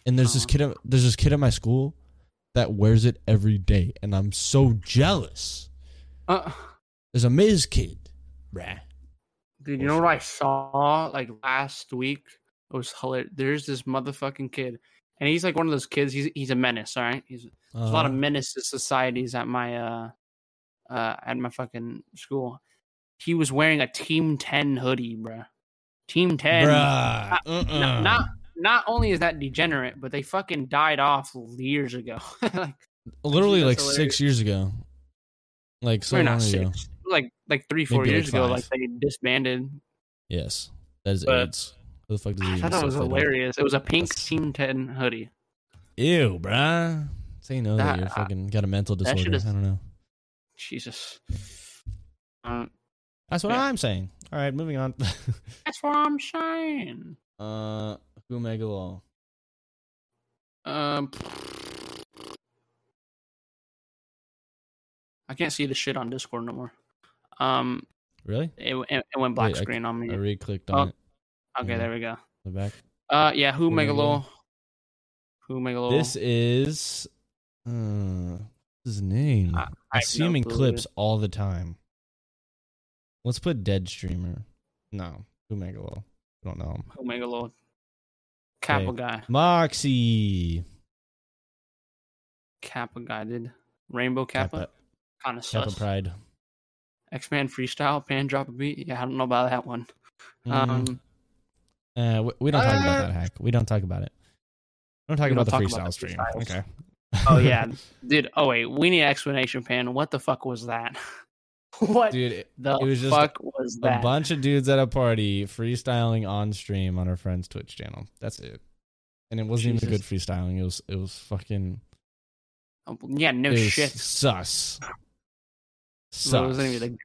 S1: And there's this
S2: Oh.
S1: kid. At, there's this kid at my school that wears it every day, and I'm so jealous.
S2: Uh,
S1: There's a Miz kid, bruh.
S2: dude, you know what I saw like last week? It was hilarious. There's this motherfucking kid, and he's like one of those kids. He's he's a menace. All right, he's There's a
S1: Uh,
S2: lot of
S1: Uh-huh.
S2: menace to societies at my uh uh at my fucking school. He was wearing a Team Ten hoodie, bruh. Team Ten.
S1: bruh.
S2: Not-
S1: Uh-uh.
S2: N- Not not only is that degenerate, but they fucking died off years ago. like
S1: literally like
S2: that's hilarious.
S1: six years ago. Like so
S2: we're
S1: long
S2: not
S1: ago.
S2: six. Like like three four
S1: Maybe, like,
S2: years ago,
S1: five.
S2: like they disbanded.
S1: Yes, that is
S2: But-
S1: AIDS. Who the fuck does
S2: I
S1: AIDS?
S2: thought that was hilarious. It was a pink
S1: That's-
S2: Team Ten hoodie.
S1: Ew, bruh. Say no that
S2: That-
S1: you're
S2: I-
S1: fucking got a mental
S2: that shit
S1: disorder.
S2: is-
S1: I don't know.
S2: Jesus. Um,
S1: That's what
S2: yeah.
S1: I'm saying. All right, moving on.
S2: that's what I'm saying.
S1: uh, who megalol?
S2: Um, I can't see the shit on Discord no more. Um,
S1: Really?
S2: it it, it went black
S1: Wait, I-
S2: screen on
S1: I
S2: me.
S1: re-clicked
S2: Oh.
S1: on it.
S2: Okay, there we go.
S1: in The back.
S2: Uh, yeah, who
S1: Who
S2: Megalo?
S1: Megalo?
S2: Who Megalo?
S1: This is. Uh, what's his name?
S2: I-
S1: I,
S2: I have
S1: see him
S2: no
S1: in
S2: clue.
S1: clips all the time. Let's put dead streamer. No, who megalol? I don't know. him.
S2: who Megalo? Kappa guy,
S1: Moxie.
S2: Kappa guy, dude. Rainbow Kappa, kind of
S1: Kappa
S2: sus.
S1: Pride.
S2: X Man freestyle, pan drop a beat. Yeah, I don't know about that one.
S1: Mhm.
S2: Um,
S1: Uh, we, we don't talk about
S2: Uh,
S1: that hack. We don't talk about it. We don't talk
S2: we
S1: about
S2: don't
S1: the freestyle
S2: talk about the
S1: stream.
S2: freestyles.
S1: Okay.
S2: oh yeah, dude. Oh wait, we need an explanation, pan. What the fuck was that? what
S1: dude, it,
S2: the
S1: it was just
S2: fuck was
S1: a
S2: that?
S1: bunch of dudes at a party freestyling on stream on our friend's Twitch channel. That's it. And it wasn't even good freestyling. It was it was fucking
S2: Um, Oh, Yeah, no
S1: it was
S2: shit.
S1: sus.
S2: So it
S1: Sucks.
S2: wasn't even the,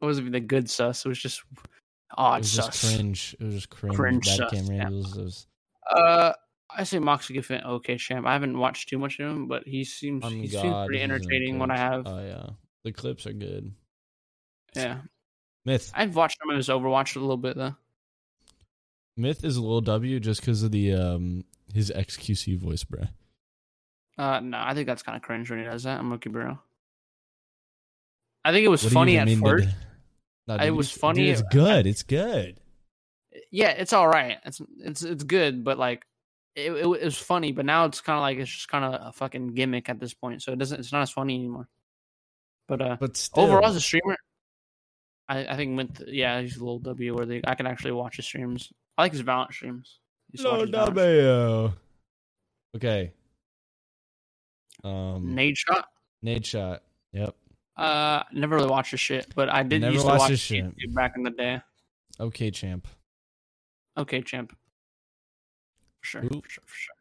S2: it wasn't even the good sus. It was just
S1: it
S2: odd
S1: was just
S2: sus.
S1: cringe. It was just cringe.
S2: Cringe
S1: Bad
S2: sus,
S1: Cam
S2: yeah.
S1: Randles. It was
S2: Uh, I say Moxie Giffen, okay, champ. I haven't watched too much of him, but he seems
S1: on
S2: he seems
S1: God,
S2: pretty
S1: he's an
S2: entertaining. What I
S1: cringe.
S2: have,
S1: Oh yeah, the clips are good.
S2: yeah,
S1: Myth.
S2: I've watched some of his Overwatch a little bit though.
S1: Myth is a little W just because of the um his XQC voice, bruh.
S2: Uh, no, I think that's kind of cringe when he does that. I'm gonna keep it real. I think it was
S1: What do you
S2: funny
S1: even
S2: at
S1: mean, dude?
S2: first.
S1: No,
S2: It was
S1: it's-
S2: funny.
S1: it's good. It's good.
S2: Yeah, it's all right. It's it's it's good, but like. It, it, it was funny, but now it's kind of like it's just kind of a fucking gimmick at this point. So it doesn't. It's not as funny anymore. But uh,
S1: But still,
S2: overall as a streamer I, I think with yeah he's a little w where they, i can actually watch his streams i like his valorant streams Used to watch
S1: no
S2: his Valorant streams.
S1: W. Okay. Um, Nate,
S2: nade shot
S1: shot. Yep.
S2: uh never really watched his shit but i did
S1: Never
S2: used to
S1: watched
S2: watch
S1: his
S2: his
S1: shit.
S2: back in the day
S1: Okay, champ.
S2: okay champ for sure,
S1: Who?
S2: for sure, for sure.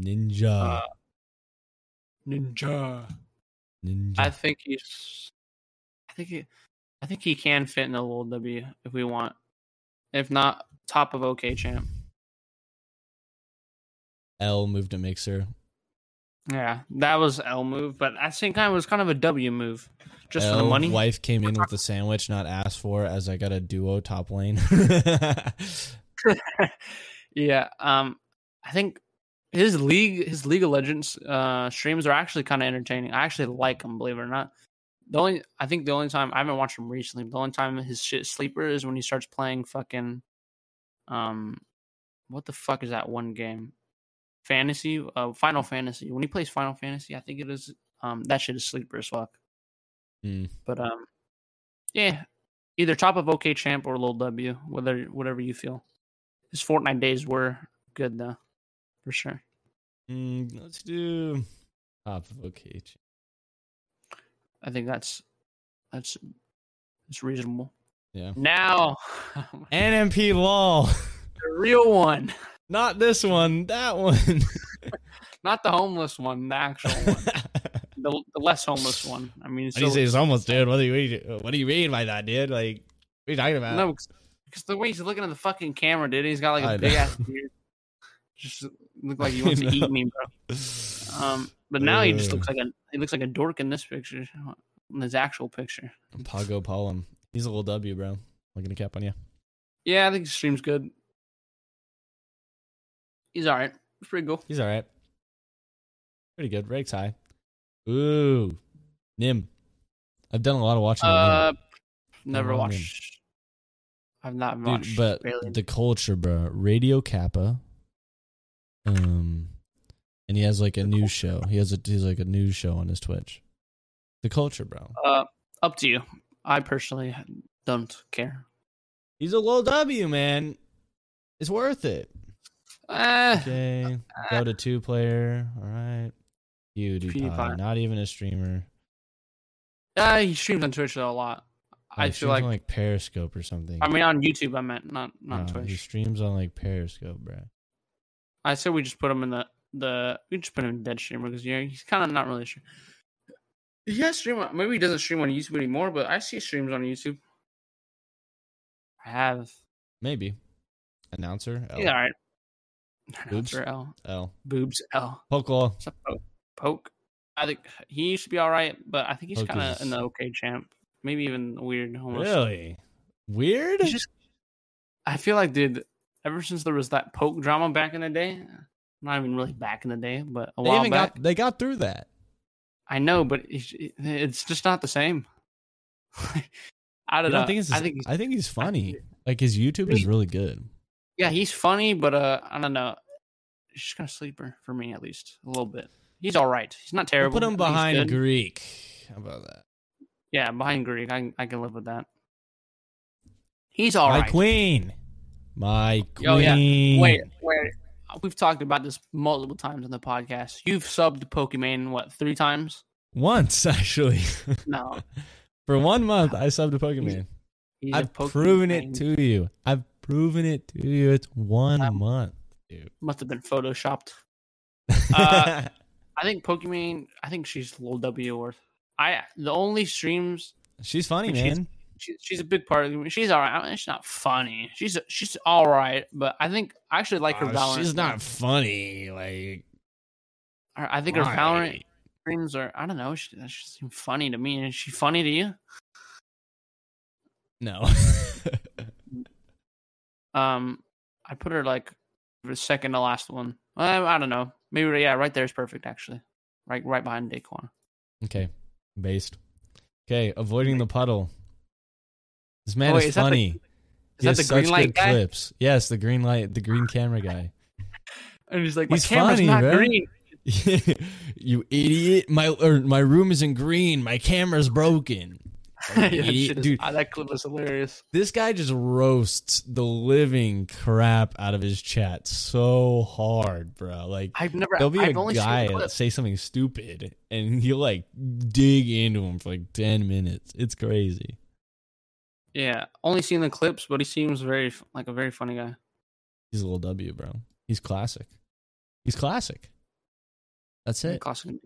S1: Ninja.
S2: Uh, ninja
S1: Ninja.
S2: i think he's i think he i think he can fit in a little w if we want if not top of okay champ
S1: L moved to Mixer.
S2: yeah that was l move but at the same time it was kind of a w move just
S1: L,
S2: for the money
S1: Wife came in with the sandwich, not asked for, as I got a duo top lane. Mm,
S2: yeah um i think his league his league of legends uh streams are actually kind of entertaining i actually like him believe it or not the only i think the only time i haven't watched him recently but the only time his shit sleeper is when he starts playing fucking um what the fuck is that one game fantasy uh final fantasy when he plays final fantasy i think it is um that shit is sleeper as fuck
S1: Hmm.
S2: but um yeah either top of okay champ or little w whether whatever you feel his Fortnite days were good though, for sure.
S1: Mm, let's do top of okay. champ.
S2: I think that's that's it's reasonable.
S1: Yeah.
S2: Now
S1: NMP lol.
S2: the real one,
S1: Not this one, that one.
S2: not the homeless one, the actual one, the, the less homeless one. I mean,
S1: What do you
S2: so-
S1: say it's almost, dude? What do you mean? What do you mean by that, dude? Like, what are you talking about?
S2: no, because the way he's looking at the fucking camera, dude, he's got like a
S1: I
S2: big
S1: know.
S2: ass beard. Just look like he wants to
S1: I know.
S2: eat me, bro. Um, but now he just looks like a he looks like a dork in this picture, in his actual picture.
S1: Pago Pollum. He's a little W, bro. Looking to cap on you.
S2: Yeah, I think his stream's good. He's all right. It's pretty cool.
S1: He's all right. Pretty good. Rank's high. Ooh, Nim. I've done a lot of watching. with Nim.
S2: Uh, never
S1: Never mind.
S2: watched. I've not
S1: Dude,
S2: watched.
S1: but
S2: barely.
S1: the culture, bro. Radio Kappa. Um, and he has like a news show. He has a he's like a news show on his Twitch. The culture, bro.
S2: uh, up to you. I personally don't care.
S1: He's a low W, man. It's worth it.
S2: Eh,
S1: Okay, go to two player. All right, you PewDiePie,
S2: PewDiePie.
S1: not even a streamer.
S2: uh, he streams on Twitch though a lot.
S1: Like,
S2: I feel
S1: Oh, streams
S2: like,
S1: on, like Oh, Periscope or something.
S2: I mean on YouTube. I meant not not on
S1: No, He
S2: Twitch.
S1: streams on like Periscope, bro.
S2: I said we just put him in the the we just put him in dead streamer because yeah, he's kind of not really sure. He has stream. on- Maybe he doesn't stream on YouTube anymore, but I see streams on YouTube. I have.
S1: Maybe announcer. L.
S2: He's all right.
S1: Boobs?
S2: Announcer L.
S1: L.
S2: Boobs L.
S1: Pokeball.
S2: It's a poke. poke. I think he used to be all right, but I think he's
S1: Poke
S2: kind
S1: is-
S2: of in the okay champ. Maybe even weird almost.
S1: Really weird.
S2: He's just- I feel like, dude, ever since there was that poke drama back in the day, not even really back in the day, but a
S1: they
S2: while
S1: even
S2: back.
S1: got they got through that.
S2: I know, but it's, it's just not the same. I
S1: I
S2: don't know.
S1: don't think it's.
S2: uh, I think he's,
S1: I think he's funny. Like his YouTube is really good.
S2: yeah, he's funny, but uh, I don't know. He's just kind of sleeper for me, at least a little bit. He's all right. He's not
S1: We'll
S2: terrible.
S1: put him
S2: I think he's
S1: behind
S2: good.
S1: Greek. How about that?
S2: Yeah, behind Greek, I can- I can live with that. He's all
S1: My
S2: right.
S1: queen. My queen.
S2: Oh, yeah. Wait, wait. We've talked about this multiple times on the podcast. You've subbed Pokemon what three times?
S1: Once actually,
S2: No,
S1: for one month, I subbed to Pokemon.
S2: he's a
S1: I've
S2: Pokemon
S1: proven it
S2: main.
S1: to you. I've proven it to you. It's one
S2: Um,
S1: month, dude.
S2: Must have been photoshopped. Uh, I think Pokemon. I think she's low W worth. I the only streams
S1: She's funny,
S2: She's-
S1: man.
S2: She, she's a big part of the She's all right. I mean, she's not funny. She's she's all right, but I think I actually like her
S1: Uh,
S2: Valorant.
S1: she's not funny. Like
S2: Her- I think her
S1: right.
S2: Valorant streams are. I don't know. She, she seemed funny to me. Is she funny to you?
S1: No.
S2: Um, I put her like the second to last one. Um, I don't know. Maybe yeah, right there is perfect actually. Right, right behind Daquan.
S1: okay. Based. Okay. Avoiding the puddle. This man
S2: Oh, wait,
S1: is,
S2: is that the-
S1: funny.
S2: Is that the green light guy?
S1: clips. Yes, the green light, the green camera guy.
S2: And he's like, my
S1: He's
S2: camera's
S1: funny,
S2: not
S1: bro.
S2: green.
S1: you idiot! My or my room isn't green. My camera's broken.
S2: Yeah,
S1: Idiot.
S2: shit is-
S1: Dude,
S2: ah, that clip was hilarious.
S1: this guy just roasts the living crap out of his chat so hard, bro. Like
S2: I've never.
S1: there'll be
S2: I've
S1: a
S2: only
S1: guy
S2: seen the
S1: that
S2: clip.
S1: say something stupid, and you like dig into him for like ten minutes. It's crazy.
S2: Yeah, only seen the clips, but he seems very f- like a very funny guy.
S1: He's a little W, bro. He's classic. He's classic. That's it.
S2: Classic.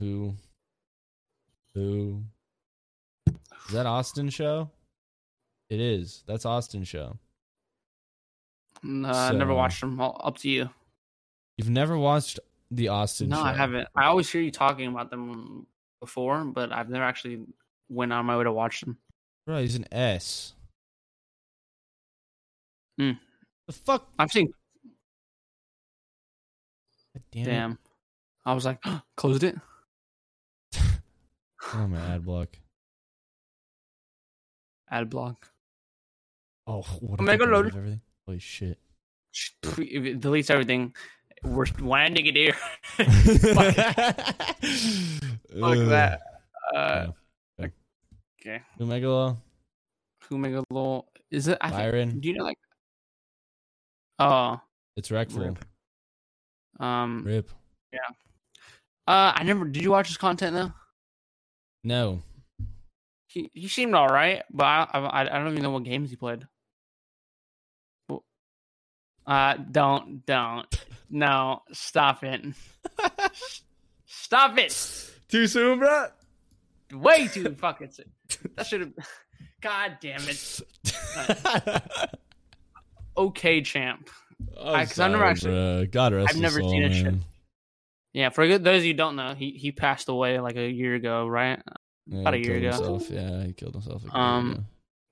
S1: Who? Who? Is that Austin show? It is. That's Austin show.
S2: Nah, I never
S1: So-
S2: watched him. All, up to you.
S1: You've never watched the Austin
S2: No,
S1: show?
S2: I haven't. I always hear you talking about them before, but I've never actually went on my way to watch them.
S1: Bro, he's an S.
S2: Hmm.
S1: The fuck?
S2: I've seen.
S1: God damn. it.
S2: Damn. I was like, closed it.
S1: Oh, my ad block.
S2: Ad block.
S1: Oh, what a
S2: Omega
S1: fucking load
S2: load.
S1: of everything. Holy shit.
S2: If it deletes everything, we're winding it here. Fuck
S1: Ugh.
S2: that. Uh,
S1: Yeah.
S2: okay.
S1: Omega Law,
S2: Who make a little? Is it? I think,
S1: Byron,
S2: do you know like? Oh,
S1: it's Wreckful.
S2: um,
S1: Rip.
S2: uh, I never. Did you watch his content though?
S1: No.
S2: He he seemed all right, but I I, I don't even know what games he played. Wh- Uh, don't don't no stop it, stop it.
S1: Too soon, bro.
S2: Way too fucking. soon. That should have. God damn it. Okay, champ. I- 'cause I've never actually-
S1: Bro. God rest
S2: I've
S1: his
S2: never
S1: soul,
S2: seen a shit.
S1: man.
S2: Yeah, for good- those of you who don't know, he he passed away like a year ago, right?
S1: Yeah,
S2: About a
S1: he
S2: year
S1: killed
S2: ago.
S1: Himself. Yeah, he killed himself. a year
S2: Um,
S1: ago.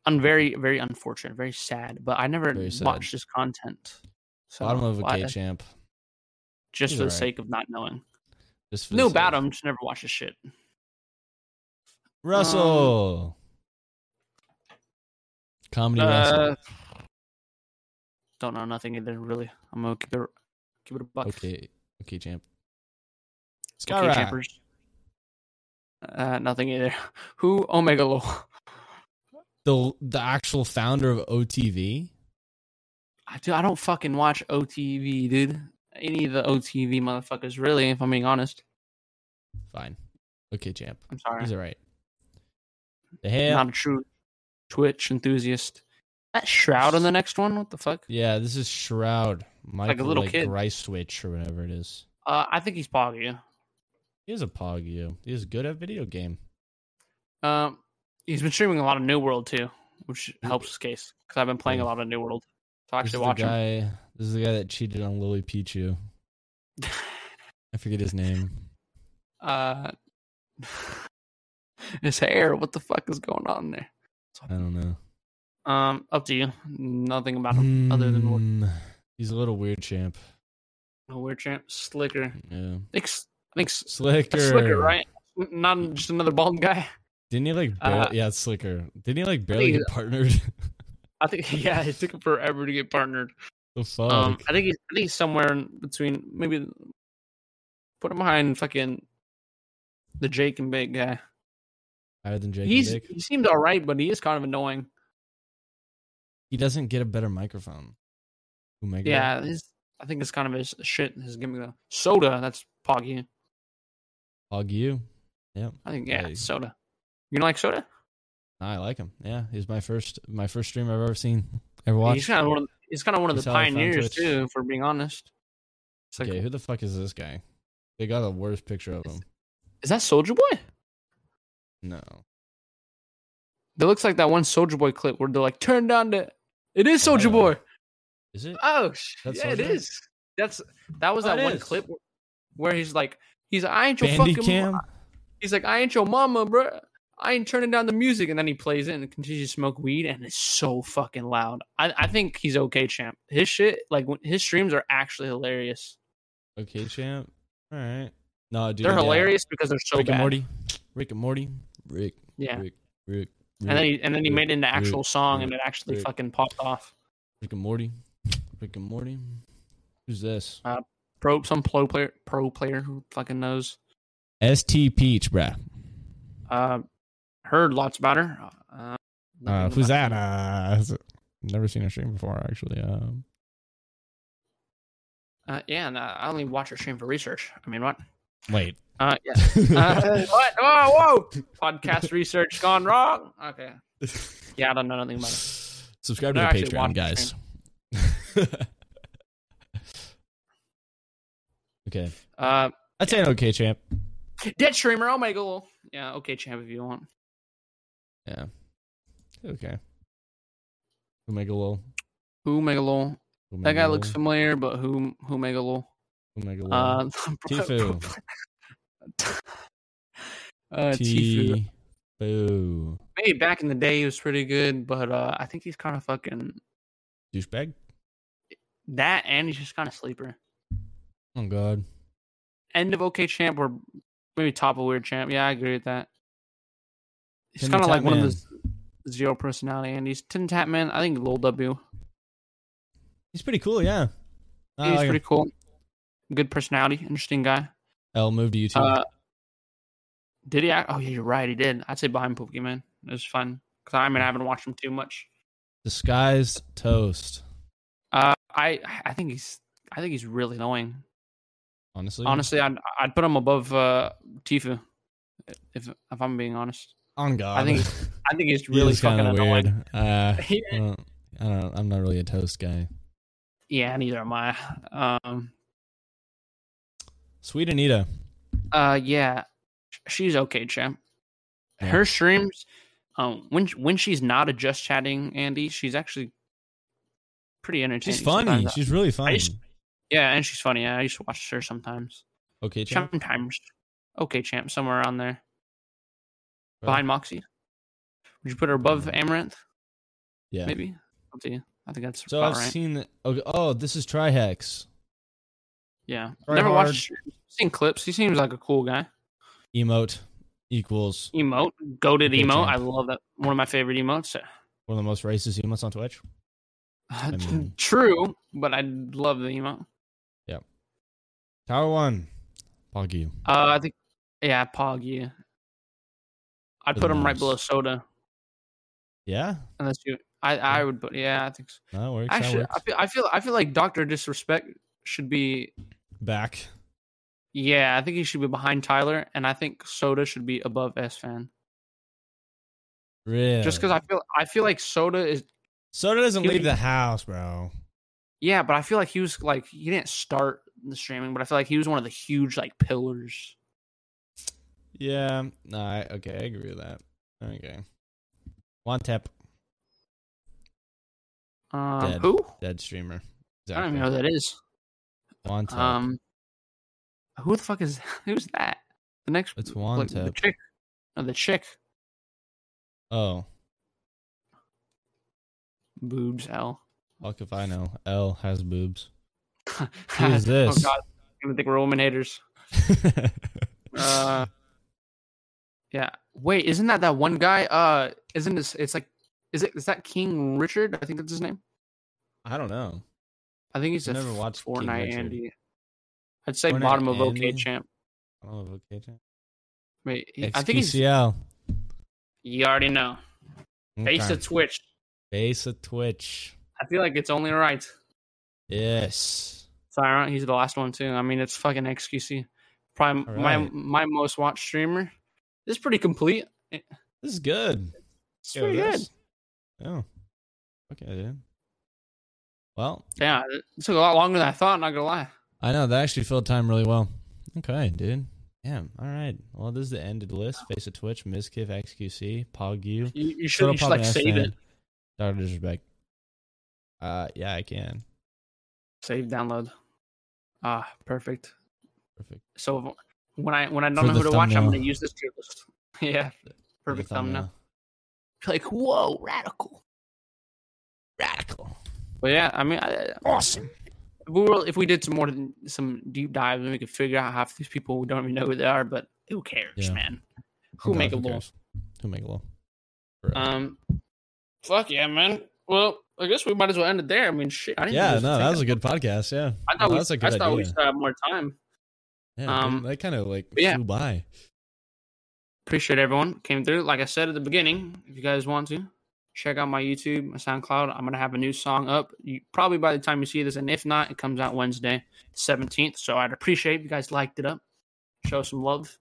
S2: I'm very very unfortunate, very sad. But I never
S1: Very sad.
S2: watched his content. So
S1: bottom of a
S2: why-
S1: K champ.
S2: just
S1: He's
S2: for the
S1: alright.
S2: sake of not knowing.
S1: Just for the
S2: Knew
S1: sake.
S2: about him, just never watched his shit. Um,
S1: Russell. Comedy Russell.
S2: Uh, don't know nothing either. Really, I'm gonna keep it keep it a buck.
S1: Okay, okay, champ.
S2: okay
S1: Skyrock.
S2: champers. Uh, nothing either. Who Omega Law?
S1: The the actual founder of OTV.
S2: I do. I don't fucking watch OTV, dude. Any of the OTV motherfuckers, really. If I'm being honest,
S1: Fine. Okay, champ.
S2: I'm sorry.
S1: He's all right. The hail.
S2: Not a true Twitch enthusiast. That Shroud on the next one. What the fuck?
S1: yeah, this is Shroud. Michael, like
S2: little kid.
S1: Greiswitch or whatever it is.
S2: Uh, I think he's Poggy.
S1: He is a pog. You. He is good at video game.
S2: Um, he's been streaming a lot of New World too, which helps his case because I've been playing a lot of New World. So I
S1: This is
S2: actually
S1: the
S2: watch him.
S1: guy. This is the guy that cheated on Lily Pichu. I forget his name.
S2: Uh, his hair. What the fuck is going on there?
S1: I don't know.
S2: Um, up to you. Nothing about him other than what
S1: Hmm, he's a little weird champ.
S2: a weird champ slicker.
S1: Yeah,
S2: I think, s- I think s-
S1: slicker.
S2: that's slicker, right? N- Not just another bald guy.
S1: Didn't he like? Barely,
S2: Uh,
S1: yeah, it's slicker. Didn't he like barely get partnered?
S2: I think yeah, it took him forever to get partnered.
S1: the fuck.
S2: Um, I think he's I think he's somewhere in between maybe put him behind fucking the Jake and Big guy.
S1: Higher than Jake.
S2: He's
S1: and Jake.
S2: he seemed all right, but he is kind of annoying.
S1: He doesn't get a better microphone. Omega.
S2: Yeah, he's, I think it's kind of his shit. His gimmick though. Soda, that's Poggy.
S1: Hog you. Yeah,
S2: I think yeah,
S1: Yeah, he-
S2: soda. You don't like soda?
S1: I like him. Yeah, he's my first my first stream I've ever seen. Ever
S2: He's
S1: watched.
S2: kind of one. Of, he's kind of one of the
S1: He's how I found
S2: pioneers
S1: Twitch.
S2: too, for being honest. It's like,
S1: Okay, who the fuck is this guy? They got the worst picture of him.
S2: is that Soldier Boy?
S1: No.
S2: That looks like that one Soldier Boy clip where they're like, turn down the. It is Soldier
S1: Oh.
S2: Boy.
S1: Is it?
S2: Oh, sh-
S1: That's
S2: yeah, it
S1: Soulja?
S2: is. That's that was
S1: Oh,
S2: that
S1: it
S2: one
S1: is.
S2: clip where, where he's like, he's I ain't your
S1: Bandy
S2: fucking.
S1: cam?
S2: He's like, I ain't your mama, bro. I ain't turning down the music, and then he plays it and continues to smoke weed, and it's so fucking loud. I, I think he's okay, champ. His shit, like when, his streams are actually hilarious.
S1: Okay, champ. All right. No, dude.
S2: they're
S1: yeah.
S2: hilarious because they're so
S1: Rick
S2: bad.
S1: and Morty. Rick and Morty. Rick.
S2: Yeah,
S1: Rick. Rick. Rick.
S2: and then he, and then he
S1: Rick,
S2: made it into actual
S1: Rick,
S2: song, and
S1: Rick,
S2: it actually
S1: Rick.
S2: fucking popped off.
S1: Rick and Morty. Rick and Morty. Who's this?
S2: Pro, some pro player, pro player who fucking knows.
S1: St. Peach, bruh.
S2: Uh, heard lots about her. Uh,
S1: Uh,
S2: nothing
S1: who's
S2: about-
S1: that? Uh, is it- never seen her stream before, actually. Um,
S2: Uh, yeah, and uh, I only watch her stream for research. I mean, what?
S1: wait.
S2: Uh, yeah. Uh, what? Whoa, whoa! Podcast research gone wrong. Okay. Yeah, I don't know nothing about it.
S1: Subscribe to
S2: They're
S1: the
S2: actually
S1: Patreon,
S2: watching
S1: guys. okay.
S2: Uh,
S1: That's an okay champ.
S2: dead streamer. Oh my god. Yeah. Okay, champ. If you want.
S1: Yeah. Okay. Omegalol.
S2: Who Megalol? That guy looks familiar, but who who Megalol?
S1: Omegalol.
S2: Uh,
S1: Tifu.
S2: uh, Tifu.
S1: T. Boo.
S2: Maybe back in the day he was pretty good, but uh, I think he's kind of fucking
S1: Douchebag.
S2: that, and he's just kind of sleeper.
S1: Oh God.
S2: End of okay champ or maybe top of weird champ. Yeah, I agree with that. He's
S1: Tin
S2: kind of like
S1: Tap
S2: one of
S1: Man.
S2: those zero personality Andy's. Tin Tap Man, I think Lil W.
S1: He's pretty cool. Yeah. I
S2: he's
S1: like him.
S2: pretty cool. Good personality, interesting guy.
S1: L move to YouTube.
S2: Uh, did he? act- Oh, yeah, you're right. He did. I'd say behind Pokemon. It was fun because I mean I haven't watched him too much.
S1: Disguised toast.
S2: Uh, I I think he's I think he's really annoying.
S1: Honestly.
S2: Honestly, I'd I'd put him above uh, Tifu. If if I'm being honest,
S1: On God.
S2: I think I think he's really fucking
S1: kind of
S2: annoying.
S1: weird. Uh, I don't, I don't. I'm not really a toast guy.
S2: yeah, neither am I. Um,
S1: Sweet Anita.
S2: Uh, yeah, sh- she's okay, champ.
S1: Yeah.
S2: Her streams, um, when when she's not a just chatting Andy, she's actually pretty entertaining.
S1: She's funny.
S2: sometimes.
S1: She's really funny.
S2: used- yeah, and she's funny. Yeah, I used to watch her sometimes.
S1: Okay, champ.
S2: Sometimes, okay, champ, somewhere around there
S1: bro.
S2: behind Moxie. Would you put her above Amaranth?
S1: Mm. Yeah.
S2: Maybe. Up to you. I think that's
S1: So I've
S2: about right.
S1: seen. The, okay, oh, this is Trihex.
S2: yeah,
S1: Try
S2: never
S1: hard.
S2: watched. his streams. Seen clips. He seems like a cool guy.
S1: Emote equals
S2: Emote, goaded
S1: Okay,
S2: emote.
S1: champ.
S2: I love that. One of my favorite emotes.
S1: one of the most racist emotes on Twitch. mean-
S2: True, but I love the emo.
S1: Tower one. Fuck you.
S2: Uh, I think, yeah, Pog. Yeah, I'd
S1: For
S2: put
S1: the
S2: him right
S1: most.
S2: below Soda,
S1: Yeah,
S2: unless you. I I would put yeah. I think so.
S1: that works. that
S2: actually,
S1: works.
S2: I feel I feel I feel like Doctor Disrespect should be
S1: Back.
S2: yeah. I think he should be behind Tyler, and I think Soda should be above S Fan.
S1: Really.
S2: Just because I feel I feel like Soda is
S1: Soda doesn't
S2: He
S1: leave
S2: was-
S1: the house, bro.
S2: yeah, but I feel like he was like he didn't start the streaming, but I feel like he was one of the huge like pillars.
S1: Yeah. No. I, okay. I agree with that. Okay. One tap.
S2: Um,
S1: Dead.
S2: who?
S1: Dead streamer.
S2: I don't even know who that is.
S1: One tap.
S2: Um, who the fuck is who's that? The next
S1: It's
S2: like, the
S1: Wantep.
S2: chick. No, the chick
S1: oh.
S2: boobs. L.
S1: Fuck if I know. L has boobs. Who is this?
S2: oh God, I'm gonna think we're woman haters. Uh, yeah. Wait, isn't that that one guy? Uh, isn't this? It's like, is it? Is that King Richard? I think that's his name.
S1: I don't know.
S2: I think he's
S1: I've
S2: a
S1: never watched King
S2: Fortnite
S1: Richard.
S2: Andy. I'd say
S1: Fortnite
S2: bottom of OK
S1: Andy?
S2: Champ.
S1: I don't know if okay.
S2: Wait, he-
S1: XQCL.
S2: I think he's. You already know.
S1: Okay.
S2: Face to Twitch.
S1: Face of Twitch.
S2: I feel like it's only right.
S1: Yes.
S2: Siren, he's the last one too. I mean, it's fucking XQC. Probably
S1: All
S2: my
S1: right.
S2: my most watched streamer. This is pretty complete.
S1: This is good.
S2: It's
S1: Yeah,
S2: pretty
S1: this-
S2: good.
S1: Oh. Okay, dude. Well,
S2: Yeah, it took a lot longer than I thought. Not gonna lie.
S1: I know that actually filled time really well. Okay, dude. Damn. All right. Well, this is the ended list. Face of Twitch, Mizkiff, XQC, PogU.
S2: You, you should, you should like save it.
S1: Doctor Disrespect. Uh, yeah, I can.
S2: Save download. Ah, perfect.
S1: Perfect.
S2: So when I when I don't
S1: For
S2: know who
S1: the
S2: to watch, I'm
S1: thumbnail.
S2: gonna use this tier list. yeah, perfect
S1: Thumbnail.
S2: thumbnail. Like whoa, radical.
S1: Radical.
S2: But yeah, I mean, I,
S1: Awesome.
S2: if we were, if we did some more some deep dives, then we could figure out half these people we don't even know who they are. But who cares,
S1: Yeah.
S2: man? Who make a law?
S1: cares? Who make a law? For-
S2: Um, fuck yeah, man. Well, I guess we might as well end it there. I mean, shit. I didn't
S1: yeah,
S2: really
S1: no,
S2: think-
S1: that was a good podcast. Yeah.
S2: I
S1: no,
S2: thought we,
S1: that's a good
S2: I thought we
S1: idea.
S2: should have more time.
S1: yeah
S2: um,
S1: that kind of like
S2: but yeah.
S1: flew by.
S2: Appreciate everyone came through. Like I said at the beginning, if you guys want to check out my YouTube, my SoundCloud, I'm gonna have a new song up. You, probably by the time you see this, and if not, it comes out Wednesday, 17th. So I'd appreciate if you guys liked it up, show some love,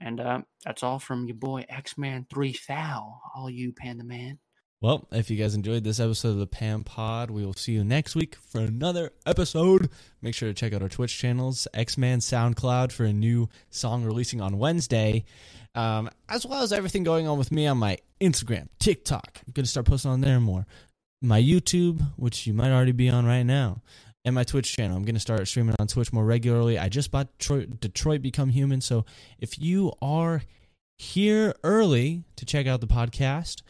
S2: and uh, that's all from your boy X Man Three Foul. All you Panda Man.
S1: Well, if you guys enjoyed this episode of the Pam Pod, we will see you next week for another episode. Make sure to check out our Twitch channels, X Man SoundCloud for a new song releasing on Wednesday, um, as well as everything going on with me on my Instagram, TikTok. I'm going to start posting on there more. My YouTube, which you might already be on right now, and my Twitch channel. I'm going to start streaming on Twitch more regularly. I just bought Tro- Detroit Become Human. So if you are here early to check out the podcast,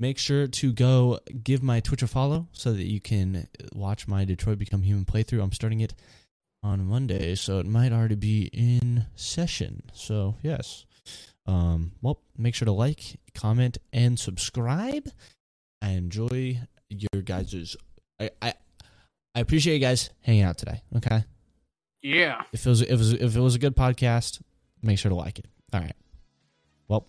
S1: make sure to go give my Twitch a follow so that you can watch my Detroit Become Human playthrough. I'm starting it on Monday, so it might already be in session. So yes, um, well, make sure to like, comment, and subscribe. I enjoy your guys's. I I, I appreciate you guys hanging out today. Okay,
S2: Yeah.
S1: if it was if it was if it was a good podcast, make sure to like it. All right. Well,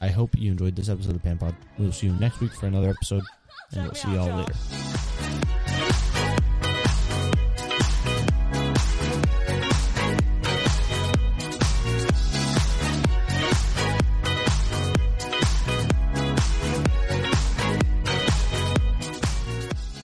S1: I hope you enjoyed this episode of the Pan Pod. We'll see you next week for another episode, and we'll see y'all later.
S3: Check me out, y'all.